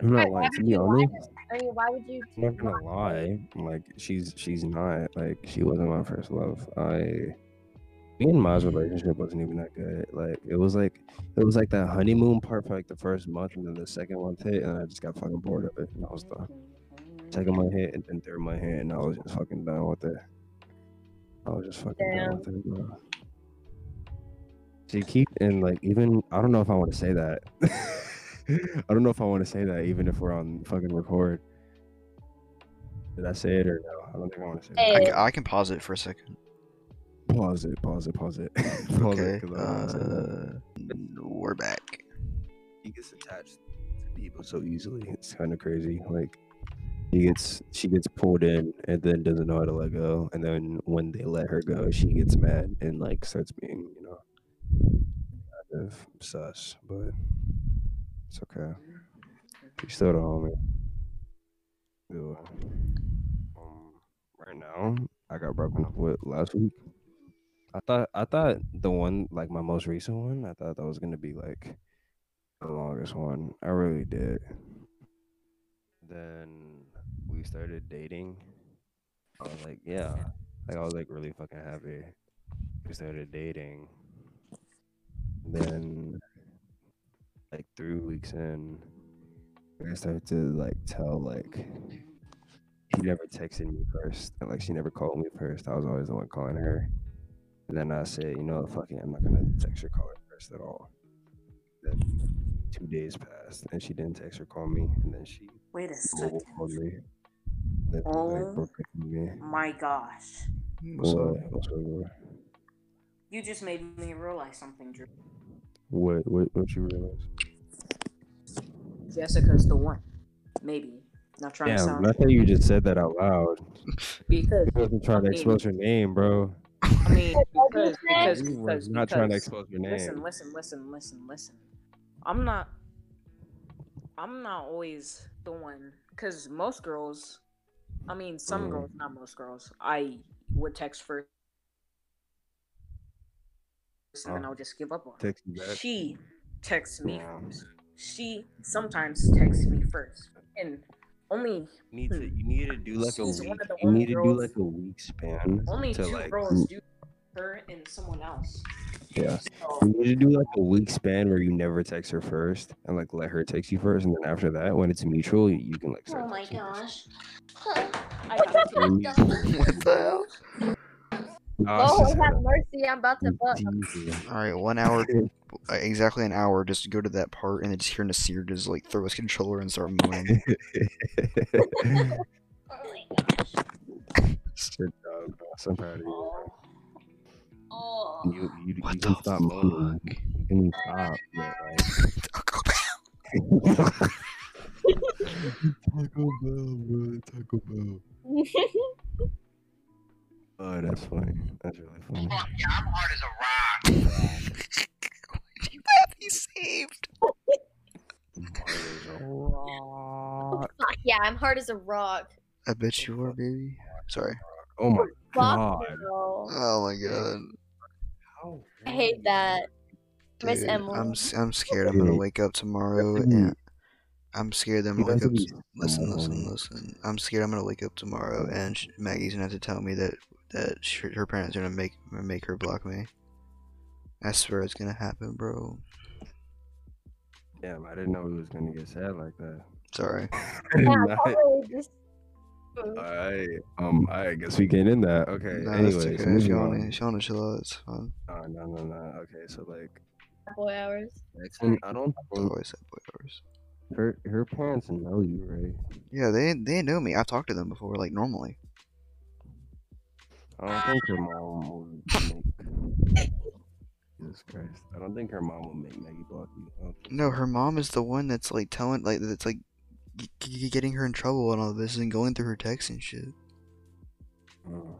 I'm
Why-
not
why
lying. To
would
be
you lie?
honest,
I mean, why would you?
I'm not gonna lie. Like she's she's not like she wasn't my first love. I me and Ma's relationship wasn't even that good. Like it was like it was like that honeymoon part for like the first month, and then the second month hit, and I just got fucking bored of it, and I was done. Second month hit, and then third month hit, and I was just fucking done with it. I was just fucking done with it. Bro. She keep and like even I don't know if I want to say that. I don't know if I want to say that even if we're on fucking record. Did I say it or no? I don't think I want to say
I,
Hey.
it.
ca- I can pause it for a second.
Pause it. Pause it. Pause it. pause
Okay.
it. 'cause I don't wanna say that.
Uh, we're back.
he gets attached to people so easily. It's kind of crazy. Like he gets she gets pulled in and then doesn't know how to let go. And then when they let her go, she gets mad and like starts being you know kind of sus. But it's okay. She's still the homie. Still, um, right now, I got broken up with last week. I thought I thought the one like my most recent one. I thought that was gonna be like the longest one. I really did. Then we started dating. I was like, yeah. Like I was like really fucking happy. We started dating. Then like three weeks in, I started to like tell like she never texted me first. And like she never called me first. I was always the one calling her. And then I said, you know what, fuck it, I'm not gonna text her call her first at all. Then two days passed and she didn't text or call me and then she
Wait a
mobile
second.
called me. Then
Oh.
like broke up with me.
My gosh,
What's up?
Or- or-
you just made me realize something, Drew.
What what what you realize?
Jessica's the one. Maybe. Not trying to
Damn,
sound
I thought you just said that out loud.
because
You wasn't trying to expose your name, bro.
I mean because because
You were
because,
not trying to
because-
expose your name.
listen, listen, listen, listen, listen. I'm not. I'm not always the one, cause most girls, I mean, some
Mm.
girls, not most girls, I would text first, and then
Oh.
I'll just give up on. her.
Text you back.
She texts me
Yeah.
first. She sometimes texts me first, and only
need to you need to do like a
She's one
week,
of the
you
only
need to do
girls-
like a week span
only
to
two
like
girls do her and someone else.
yeah.
So
You need to do like a week span where you never text her first and like let her text you first, and then after that, when it's mutual, you, you can like.
Oh
Start
my
texting first.
gosh.
I got you.
You need-
What the hell?
Nah, it's
Oh,
Lord
just
have mercy, I'm about to butt.
kinda easy.
All right, one hour, uh, exactly an hour, just to go to that part, and then just hear Nasir just like throw his controller and start moaning.
Oh my gosh.
Good job, bro. So proud of you. bro.
Oh.
You, you,
What
you
the
can stop moaning. You can stop, man, like- Taco Bell, bro. Taco Bell. Oh, that's funny. That's really funny.
he saved.
Fuck yeah, I'm hard as a rock.
I bet you are, baby. Sorry.
Oh my
Fuck
god.
no.
Oh my god.
I hate that. Miss
Dude,
Emily.
I'm s- I'm scared. I'm gonna
Dude.
wake up tomorrow,
That's
and I'm scared that I'm
You
gonna wake
guys
up.
are
t- Listen,
so
listen,
annoying.
listen. I'm scared I'm gonna wake up tomorrow, and sh- Maggie's gonna have to tell me that that sh- her parents are gonna make make her block me. I swear it's gonna happen, bro.
Damn, I didn't know it was gonna get sad like that.
Sorry.
Yeah, totally, just-
Uh,
Alright, um, I guess we can in that. Okay,
Nah, that's
anyways,
okay.
moving
She
on.
wanna, she wanna chill out. It's fine.
Oh, no, no, no. Okay, so like,
Boy hours.
Jackson, I don't
It's
think
always that boy hours.
her her parents know you, right?
Yeah, they they know me. I've talked to them before, like normally.
I don't think her mom will make. Jesus Christ! I don't think her mom will make Maggie block you. I don't think
No,
so.
her mom is the one that's like telling, like that's like g- g- getting her in trouble and all this, and going through her texts and shit.
Oh.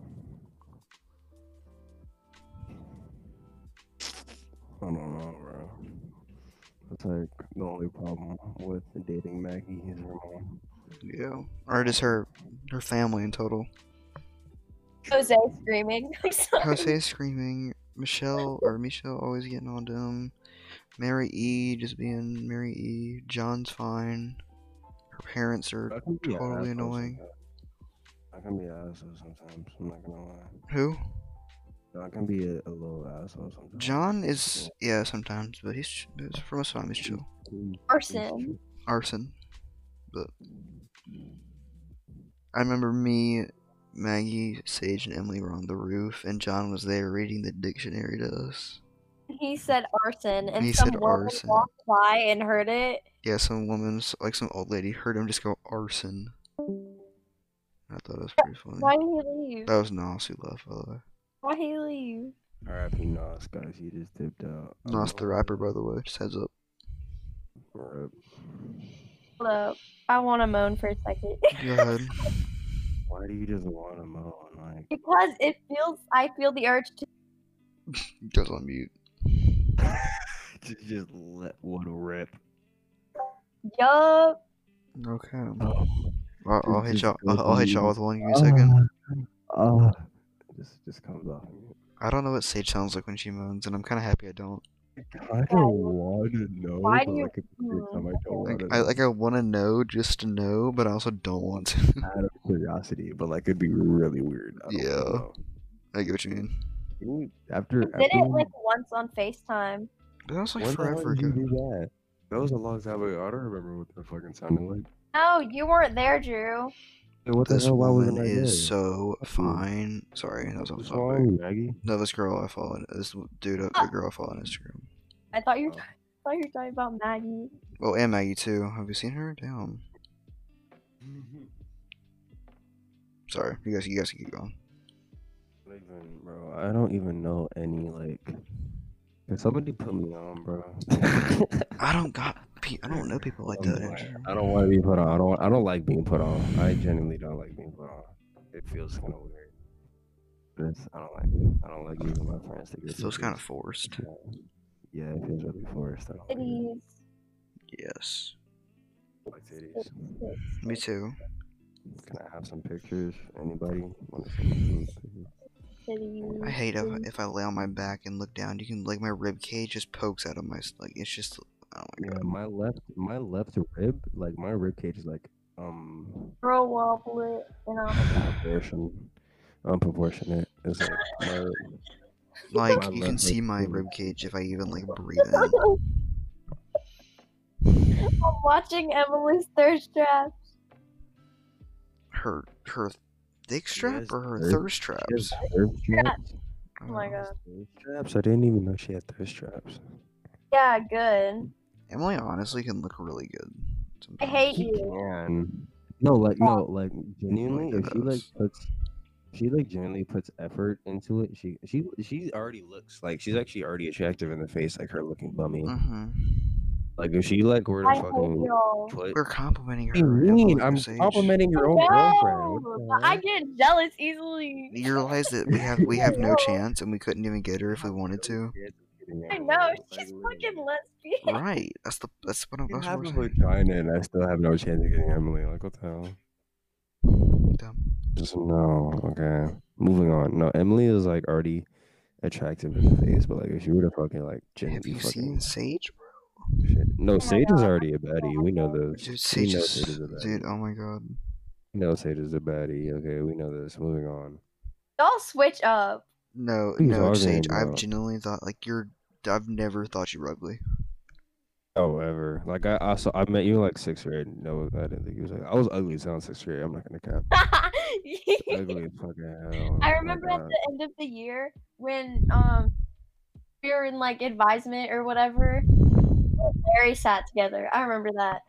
I don't know, bro. That's like the only problem with dating Maggie is her mom.
Yeah, or just her her family in total.
Jose screaming. I'm sorry.
Jose screaming, Michelle or Michelle always getting on to him. Mary E just being Mary E. John's fine. Her parents are
I can be an
totally
asshole
annoying.
sometimes. I can be an asshole sometimes. I'm not gonna lie.
who?
I can be a, a little asshole sometimes.
John is yeah sometimes, but he's ch- but for most of the time he's chill.
Mm, it's
Arson.
true.
Arson, but I remember me, Maggie, Sage, and Emily were on the roof, and John was there reading the dictionary to us.
He said arson, and
He
some
said
woman
arson.
walked by and heard it.
Yeah, some woman, s- like some old lady, heard him just go arson. Hmm. I thought it was pretty funny.
Why did he leave?
That was Nas who left, by the way.
Why did he leave?
R.I.P. Nas, guys. He just dipped out. I
Nas
don't
the
know.
rapper, by the way. Just heads up.
Rip.
Hold up. I want to moan for a second
Go ahead.
Why do you just want him out? Like,
because it feels. I feel the urge to.
Goes on mute.
just, just let one rip.
Yup.
Okay. I'll,
Oh,
I'll hit y'all. I'll, I'll hit y'all with one. Give me a second. Uh,
second. Oh, just just comes off.
I don't know what Sage sounds like when she moans, and I'm kind of happy I don't.
I don't want to know.
Why
but,
do you-
like, at the same time, I don't
Like
wanna
I
know.
like I want to know just to know, but I also don't want to.
out of curiosity, but like it'd be really weird. I don't
Yeah.
know.
I get what you mean.
Can you- After,
I
after
did it
you-
like once on Facetime.
But that was like
when the hell
forever
did you
ago.
do that? That was a long time ago. I don't remember what that fucking sounded like.
No, you weren't there, Drew.
Dude, what
This
the hell? Why
woman
wasn't I there?
is so
Fuck you.
fine. Sorry, that was off
What's
topic.
wrong, Maggie?
No, this girl I follow. This dude, a a girl I follow on Instagram.
I thought you. Were
Oh.
I thought you were talking about Maggie.
Oh, and Maggie too. Have you seen her? Damn. Sorry, you guys, you guys can keep going.
Not even, bro. I don't even know any like Can somebody put me on, bro?
I don't got. pe- I don't know people like that. Andrew.
Oh, I don't want to be put on. I don't. I don't like being put on. I genuinely don't like being put on. It feels kind of weird. It's- I don't like. It. I don't like using my friends to
It
get.
feels kind of forced.
Yeah, it feels really forced. I don't like it.
Titties.
Yes.
I like titties.
Me too.
Can I have some pictures? Anybody want to see
I hate if, if I lay on my back and look down. You can like my rib cage just pokes out of my s- like. It's just. Oh my
Yeah,
god.
my left, my left rib, like my rib cage is like um
Bro wobble it. And I'm
proportion, unproportionate. It's like my,
Like
My
you can
left
see
leg's
my
really-
rib cage if I even like breathe in.
I'm watching Emily's thirst trap.
Her her thick strap
has
or her
thirst-
thirst
she has
traps.
thirst traps.
Oh
my God.
Thirst traps. I didn't even know she had thirst traps.
Yeah, good.
Emily honestly can look really good.
I
sometimes.
hate
She
you.
can. No, like no, like genuinely, if she like
does.
puts, she like genuinely puts effort into it. She she she already looks like she's actually already attractive in the face, like her looking bummy.
Mhm.
Like if she like were to
I hate
fucking
y'all.
put.
We're complimenting her.
What do you
Emily,
mean?
you're
I'm
sage.
complimenting your own girlfriend. What
No,
the
but I
heck?
get jealous easily.
You realize that we have we have no chance and we couldn't even get her if we wanted to.
I know, she's fucking lesbian.
Right. That's the that's what I'm
I
that's
have
what
a
we're
vagina and I still have no chance of getting Emily. Like, what the hell?
saying. Dumb.
Just no. Okay. Moving on. No, Emily is like already attractive in the face, but like if she were to fucking like
Have
gently
you seen
fucking
Sage?
shit. No,
Oh my
Sage is
God.
already a baddie. We know this.
Dude,
We
Sage
know
is,
Sage is a baddie.
dude, oh my god.
We know Sage is a baddie. Okay, we know this. Moving on.
Y'all switch up.
No,
Who's
no,
arguing
Sage, I've
about?
genuinely thought like you're I've never thought you were ugly.
However, Oh, like I, I saw, I met you in like sixth grade. No, I didn't think you was like I was ugly. Sound sixth grade. I'm not gonna cap. Ugly as fucking hell. Oh
I
Oh
my
remember at
God.
the end of the year when um we were in like advisement or whatever. Larry sat together. I remember that.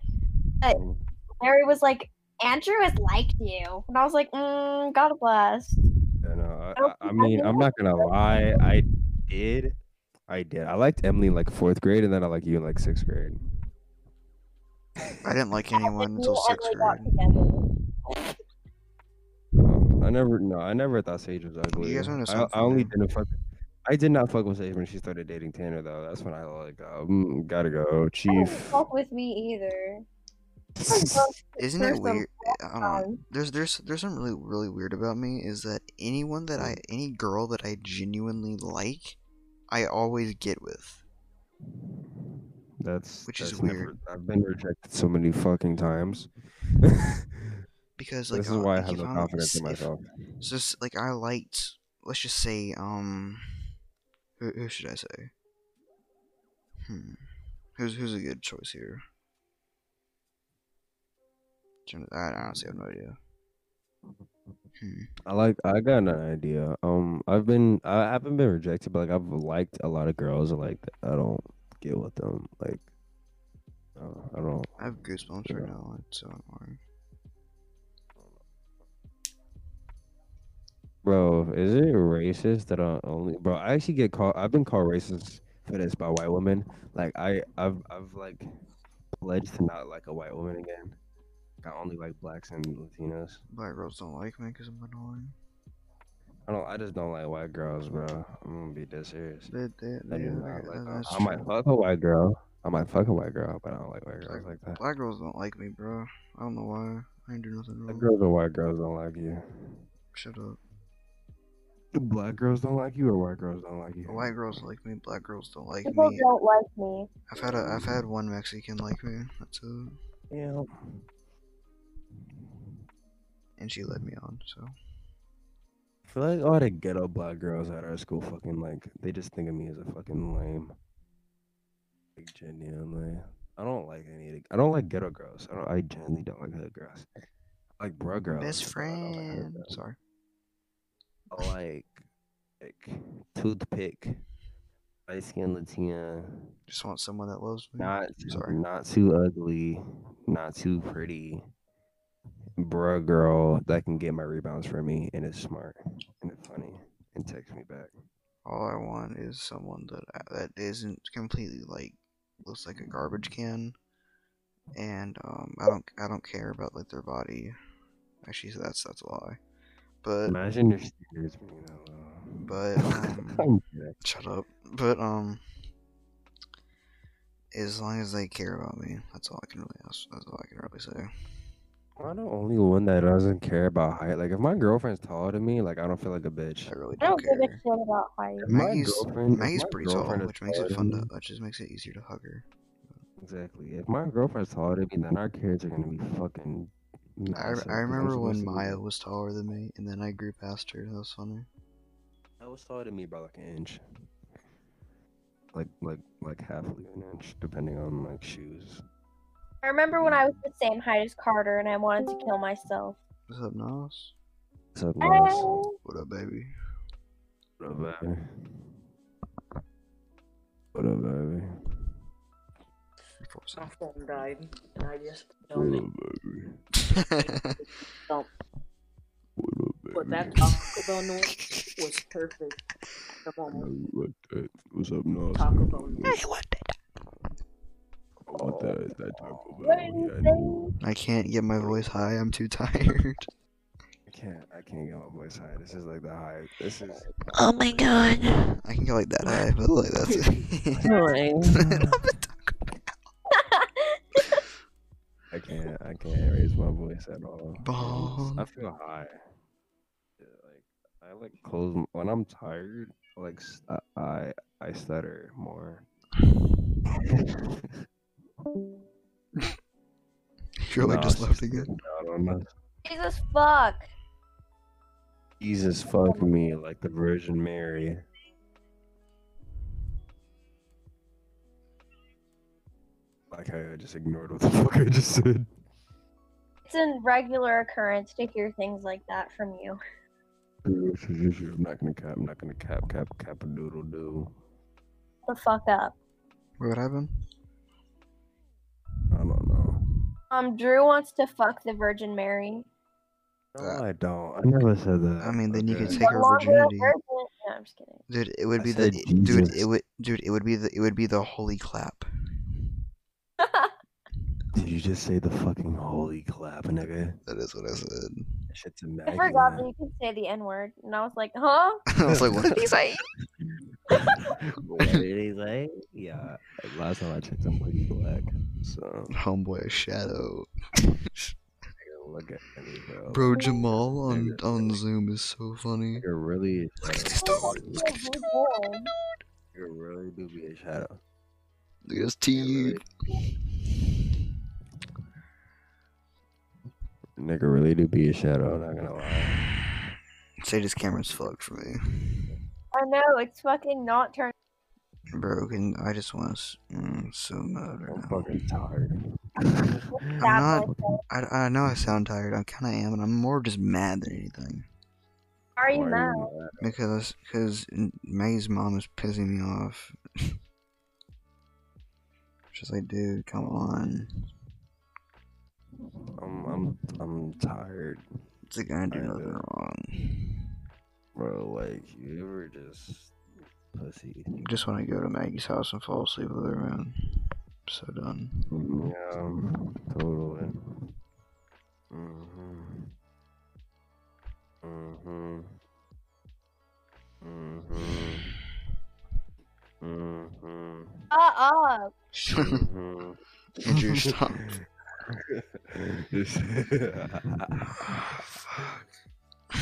But
Oh.
Mm.
Larry was like, Andrew has liked you. And I was like, mm, God bless.
Yeah, no, uh, I,
don't
I- I
think I
mean,
did
I'm
that
not gonna lie. I did, I did. I liked Emily in like fourth grade, and then I like you in like sixth grade.
I didn't like
Me
anyone
and
until sixth
Emily got
grade.
together.
Um, I never, no, I never thought Sage was ugly.
guys wanna know
I, I only
something?
didn't fuck. I did not fuck with Sage when she started dating Tanner, though. That's when I like, um, gotta go,
I didn't
Chief.
fuck with me either.
Isn't it
There's some
weird? I don't know.
Um,
There's there's there's something really really weird about me is that anyone that
Mm.
I any girl that I genuinely like, I always get with.
That's
Which is
that's never-
weird.
I've been rejected so many fucking times.
Because like
this is
uh,
why I
like,
have
if
no
I'm-
confidence in
if-
myself.
So s- like I liked, let's just say, um, who, who should I say? Hmm, who's who's a good choice here? Gen- I honestly have no idea.
I like I got an idea. Um, I've been I haven't been rejected, but like I've liked a lot of girls. and, Like I don't get with them. Like uh, I don't.
I have goosebumps right
Yeah.
now. like, so annoying.
Bro, is it racist that I only? Bro, I actually get called. I've been called racist for this by white women. Like I I've I've like pledged to not like a white woman again. I only like blacks and Latinos.
Black girls don't like me because I'm annoying.
I don't. I just don't like white girls, bro. I'm gonna be dead serious.
They, they,
I
they-
do
they-
not like.
that-
I,
that's
I might
true.
fuck a white girl. I might fuck a white girl, but I don't like white girls like that.
Black girls don't like me, bro. I don't know why. I ain't do nothing
Black
wrong.
girls or white girls don't like you.
Shut up.
Black girls don't like you, or white girls don't like you.
White girls like me. Black girls don't like
people
me.
don't like me.
I've had a, I've had one Mexican like me. That's it.
Yeah.
and she led me on. So
I feel like all the ghetto black girls at our school fucking like they just think of me as a fucking lame. Like genuinely, I don't like any. Of the, I don't like ghetto girls. I don't. I genuinely don't like hood girls. I like bro girls.
best
but I don't like hood
friend.
girls.
Sorry.
like like toothpick, light skin Latina,
Just want someone that loves me.
not
sorry.
not too ugly, not too pretty, bruh girl that can get my rebounds for me and is smart and it's funny and text me back.
All I want is someone that uh, that isn't completely like looks like a garbage can, and um, I don't I don't care about like their body. Actually, that's that's a lie. But
Imagine your standards being that low.
But, um,
I'm kidding.
shut up. But um, as long as they care about me, that's all I can really ask. That's all I can really say.
I'm the only one that doesn't care about height. Like, if my girlfriend's taller than me, like I don't feel like a bitch.
I really
I
don't
don't give a
care.
shit about height.
If my
Maggie's
girlfriend- if
Maggie's
my
pretty tall,
girlfriend is
which makes it
taller
fun
than
to,
me-
which just makes it easier to hug her.
Exactly. If my girlfriend's taller than me, then our kids are gonna be fucking.
I,
massive, 'cause
I
I'm
remember
supposed
when
to be-
Maya was taller than me, and then I grew past her. That was funny.
I was taller than me by like an inch. Like like like half of an inch, depending on like shoes.
I remember when I was the same height as Carter and I wanted to kill myself.
What's up, Nas?
So nice.
Ah.
What up, baby?
What up, baby? What up, baby?
Before
My
some-
phone died, and I just don't
What
know.
up, baby?
Don't.
What up,
But
baby?
that Taco Bell noise was perfect. The moment.
Baby, what that? What's up, Nas?
Taco Bell noise.
What that? That Taco Bell?
What did
Yeah, I
you
know.
say?
I can't get my voice high. I'm too tired.
I can't. I can't get my voice high. This is like the high. This is.
Oh my god.
I can go like that high, but like that's it. Mm.
I can't. I can't raise my voice at all. It's- I
Bomb.
feel high. Yeah, Like I like close m- when I'm tired. Like s- I I, I stutter more.
You're like
Nah,
just
it's
left again.
I don't know.
Jesus fuck.
Jesus fuck me, like the Virgin Mary. Like how I just ignored what the fuck I just said.
It's a regular occurrence to hear things like that from you.
I'm not gonna cap. I'm not gonna cap. Cap. Cap a doodle doo.
The fuck up.
Wait, What happened?
I don't know.
Um, Drew wants to fuck the Virgin Mary.
Uh,
No, I don't. I never said that.
I mean, then you could
Okay.
take her virginity,
Virgin- No, I'm just kidding.
dude. It would
I
be the
said
dude.
Jesus.
It would dude. It would be the it would be the holy clap.
Did you just say the fucking holy clap, nigga?
That is what I said.
That shit's
I forgot that
immaculate.
you could say the N word, and I was like, huh?
I was like, what?
He's like,
what did he say? Yeah. Last time I checked, I'm pretty black. So
Homeboy Shadow,
nigga, look at me, bro.
bro. Jamal on on Zoom is so funny.
You're really.
Look at
shadow.
this dude. Look at this.
You're really do be a shadow.
Look at his
You're
teeth.
really- Nigga really do be a shadow. I'm not gonna lie.
Say this camera's fucked for me,
I know, it's fucking not turning.
bro. Can I just want to mm, so mad right
I'm
now.
fucking tired.
I'm
that
not. I, I know I sound tired. I kind of am, and I'm more just mad than anything.
Are you
Why
mad?
Because because Maggie's mom is pissing me off. She's like, dude, come on.
I'm I'm I'm tired,
It's like I do
I know.
nothing wrong.
bro. Like you ever just pussy?
Just want to go to Maggie's house and fall asleep with her, man. I'm so done.
Yeah, totally. Mhm. Mhm. Mhm. Mhm.
Shut up.
Mhm.
Andrew, stop.
Fuck. I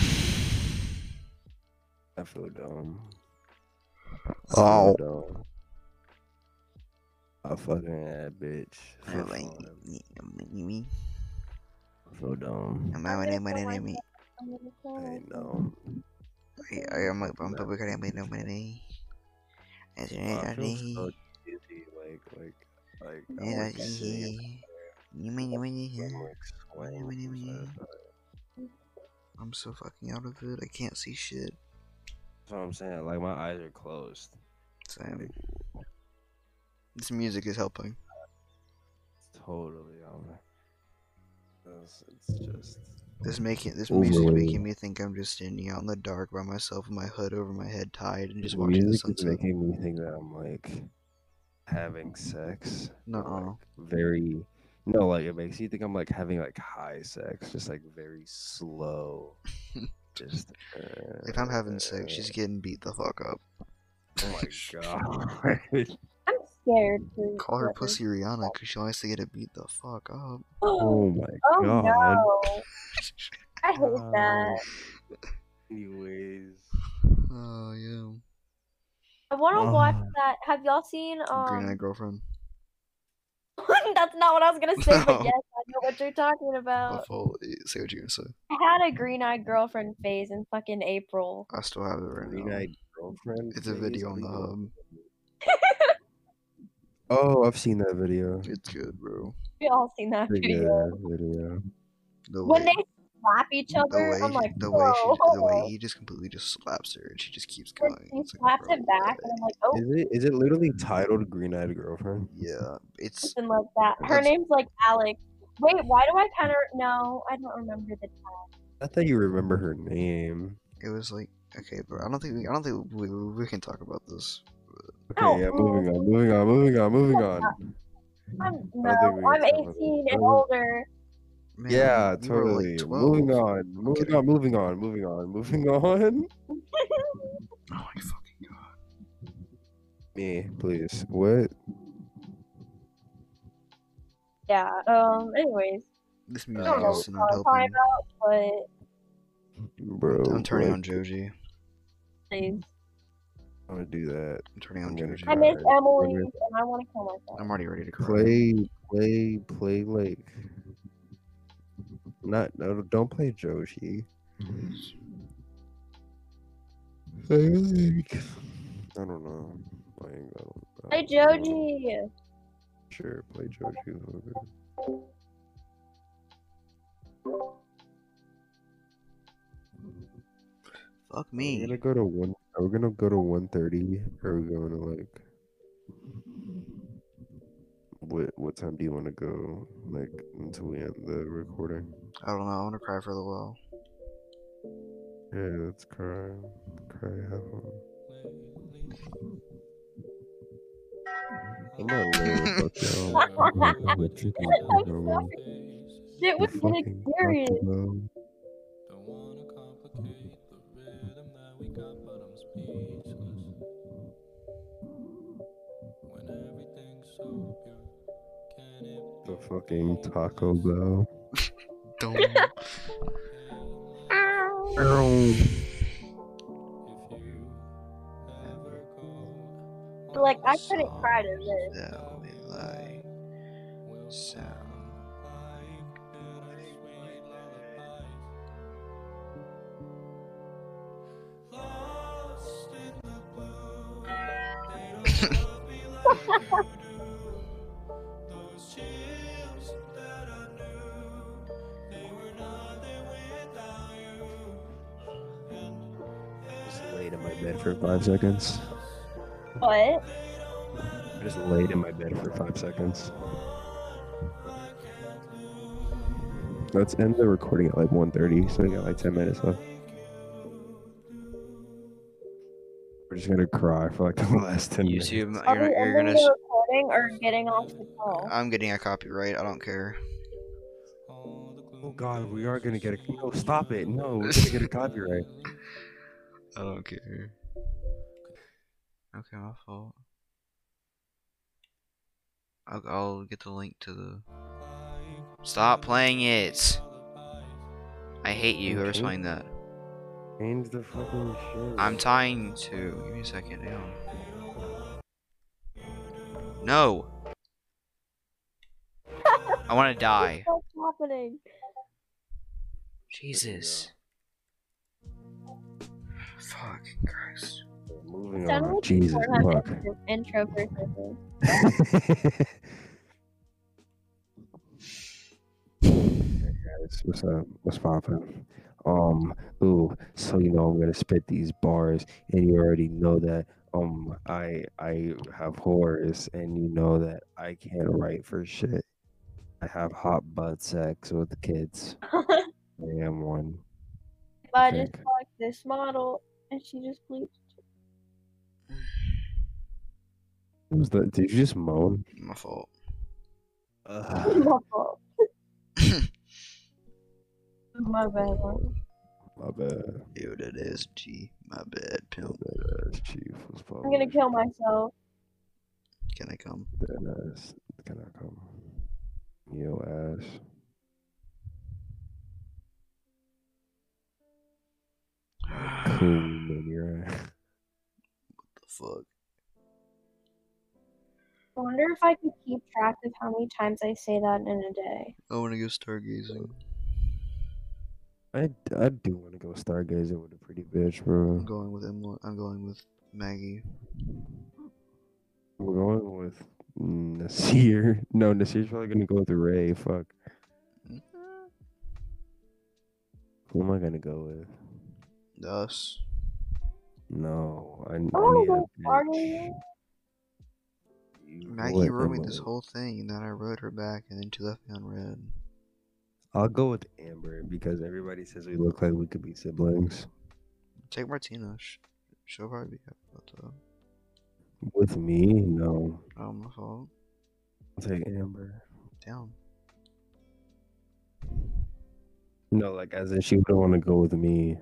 feel dumb. I feel
Ow.
dumb. I fucking that bitch.
I
for
like-
fun.
I'm
I feel dumb.
out of my enemy.
I know.
I am like, I'm public enemy, no money. As you know,
I feel so
I-
dizzy, like, like, like. I
Yeah,
wanna sing,
you mean, you mean,
but
yeah.
I'm, like, swaying
what do you
from side to
mean?
side.
I'm so fucking out of it. I can't see shit.
That's what I'm saying. Like my eyes are closed.
Sam. This music is helping.
Totally. I'm like, else. It's just
This making this music is
Overrated.
making me think I'm just standing out in the dark by myself with my hood over my head tied and just
the
watching the
music is
sunset.
making me think that I'm like having sex. but,
Nuh-uh.
like, Very no, like it makes you think I'm like having like high sex, just like very slow. just uh,
If I'm having sex, she's getting beat the fuck up.
Oh my god.
I'm scared. To
Call her pussy Rihanna because she wants to get it beat the fuck up.
Oh,
oh my
no.
god.
I hate that.
Anyways.
Oh yeah,
I want to watch
Ah.
that. Have y'all seen?
green eyed
Um,
girlfriend.
that's not what I was gonna say, but
No.
yes, I know what you're talking
Uh,
about.
full- say what you gonna say.
I had a green-eyed girlfriend phase in fucking April.
I still have it right
Green
now.
eyed girlfriend.
It's a
phase?
video on the
What are you
hub.
doing? Oh, I've seen that video.
It's good, bro.
We all seen that
Pretty
video.
good ass video.
The
When
way,
they slap each
the
other,
way,
I'm
he-
like,
the way she,
whoa.
the way he just completely just slaps her and she just keeps
And
going.
she
It's like,
slaps
bro,
him back, and I'm like, oh,
Is it is it literally titled Green Eyed Girlfriend?
Yeah, it's
something like that. Her
That's-
name's like Alex. Wait, why do I kind of no? I don't remember the.
I thought you remember her name.
it was like okay, bro. I don't think we, I don't think we, we, we can talk about this.
Okay,
No,
yeah, moving on, moving on, moving on, moving on.
I'm,
I don't
no,
think we can talk
I'm
about
18
that.
and older.
Man,
yeah,
you were,
totally.
Like
moving
12.
on, moving
Okay.
on, moving on, moving on, moving on.
Oh my fucking god.
Me, please. What?
Yeah. Um. Anyways,
This
I
music
don't know
is
what
not
I'm talking
helping.
about, but
Bro.
I'm turning on
like,
Joji.
please.
I'm gonna do that.
I'm turning on
I'm gonna
Joji.
I miss
Alright,
Emily,
wonder-
and I want to kill myself.
I'm already ready to cry.
Play, play, play like. Not no, don't play Joshi. I like- I don't know. Like, I don't, I
Hey,
don't know.
Joji.
Sure, play Joji. is all good.
Fuck
Are we
me.
gonna go to one. Are we gonna go to one thirty? Are we going to like? What what time do you want to go? Like until we end the recording.
I don't know. I want to cry for a little while.
Yeah, let's cry, cry, have fun. I'm not laying with y'all.
Shit was
You
getting
fucking
serious.
fucking
Don't wanna complicate the rhythm that we got, but I'm speechless. When everything's so pure, can it
go. The fucking Taco Bell.
Don't.
Like I couldn't cry to this.
That would like sound.
Just laid in my bed for five seconds.
What?
I just laid in my bed for five seconds. Let's end the recording at like 1.30, so we got like 10 minutes left. We're just gonna cry for like the last 10 minutes.
YouTube,
Are
you're,
we
you're
ending
gonna. Uh,
the recording or getting off the call?
I'm getting a copyright. I don't care.
Oh god, we are gonna get a. No, stop it. No, we're gonna get a copyright.
I don't care. Okay, my fault. I'll, I'll get the link to the. Stop playing it! I hate you, whoever's
Okay.
playing that.
Change the fucking shit.
I'm trying to. Give me a second, hang on. No! I wanna die.
What's happening?
Jesus. Fuck, Christ. Oh,
moving
Done
on.
with
Jesus, fuck.
Pornhub intro- intro for a second.
guys, what's up? What's poppin'? Um, ooh, so you know I'm gonna spit these bars, and you already know that. Um, I I have horrors, and you know that I can't write for shit. I have hot butt sex with the kids. I am one.
If I just
Think.
fuck this model and she just bleeds.
Was that, did you just moan?
My fault.
Ugh,
My bad. Mom.
my bad.
Ew, that is G. My bad, pimp.
That ass chief was
I'm gonna
probably
kill myself.
Can I come?
that ass. Can I come? Yo ass. Cool, man, your ass.
the fuck?
I wonder if I could keep track of how many times I say that in a day.
I want to go stargazing.
I, d- I do want to go stargazing with a pretty bitch,
I'm
bro.
going with Emily. I'm going with Maggie.
We're going with Nasir. No, Nasir's probably gonna go with Ray. Fuck. Who am I gonna go with?
Us.
No, I, I
Oh,
need a
Barney.
bitch. You
Maggie
what
wrote me
am
this
I-
whole thing, and then I wrote her back, and then she left me on red.
I'll go with Amber because everybody says we look like we could be siblings.
Take Martina. sh- She'll probably be happy about
With me, no.
that. Oh, my fault.
I'll take Amber.
Damn.
No, like as in she wouldn't want to go with me.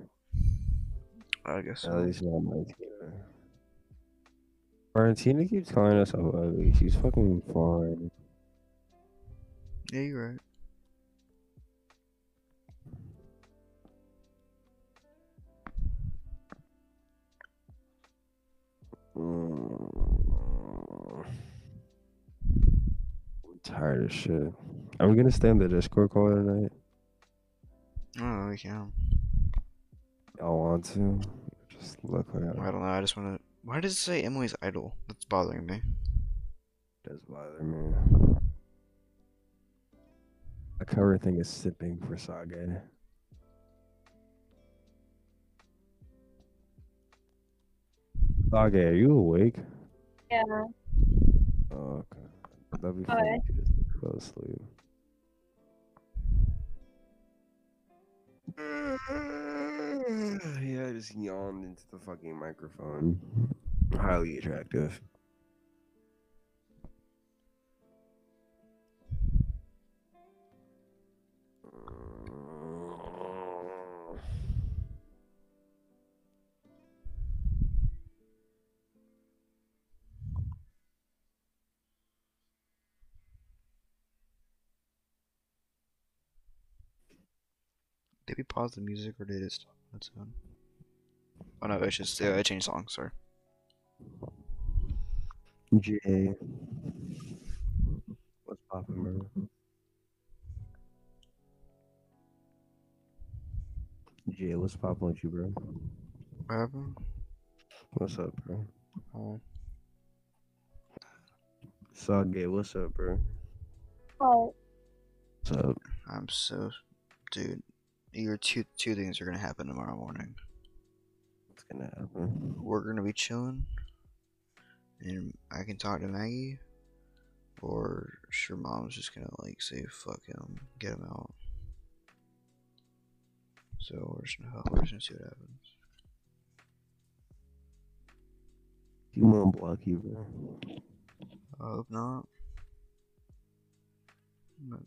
I guess
At
so.
least not Martina. Martina keeps calling herself ugly. She's fucking fine.
Yeah, you're right.
Mm. I'm tired of shit. I'm gonna stay on the Discord call tonight.
Oh, we can.
I want to. Just look like
I
that.
don't know. I just want to. Why does it say Emily's idol? That's bothering me.
does bother me. The cover thing is sipping for Sage. Sage, are you awake?
Yeah.
Oh, okay. That'd be
Hi.
funny if you just fell asleep. yeah, I just yawned into the fucking microphone. Highly attractive.
Did we pause the music or did it stop on its own? Oh no, it's just uh, I changed songs. Sorry.
Jay. What's poppin', bro? Jay, what's poppin' with you, bro?
What happened?
What's up, bro?
Oh,
Sawgate, what's up, bro?
But
What's up?
I'm so, dude. Your two two things are gonna happen tomorrow morning.
What's gonna happen?
We're gonna be chilling, and I can talk to Maggie, or your mom's just gonna like say fuck him, get him out. So we're just gonna, we're just gonna see what happens.
You won't block you, bro.
I hope Uh, not. But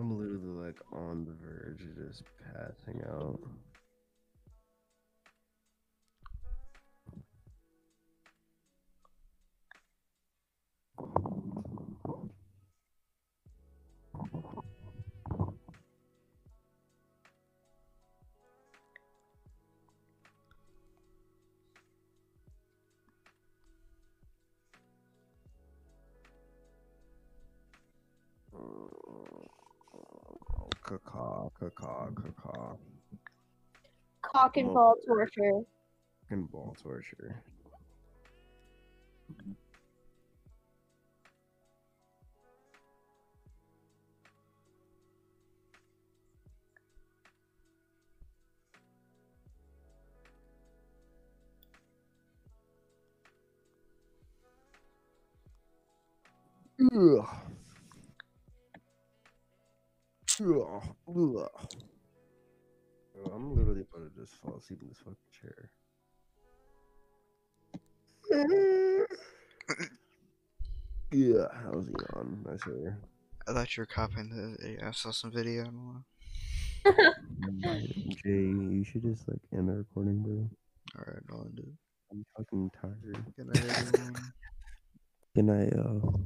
I'm literally like on the verge of just passing out. Caw, caw, caw,
cock and ball torture.
and ball torture. Ugh. Ugh. Ugh. Bro, I'm literally about to just fall asleep in this fucking chair. yeah, that was a yawn. I swear.
I thought you were copying the. I saw some video. I don't know.
Jay, you should just like end the recording, bro.
All right, I'll end it.
I'm fucking tired. uh,
Good night, everyone.
Good night, y'all.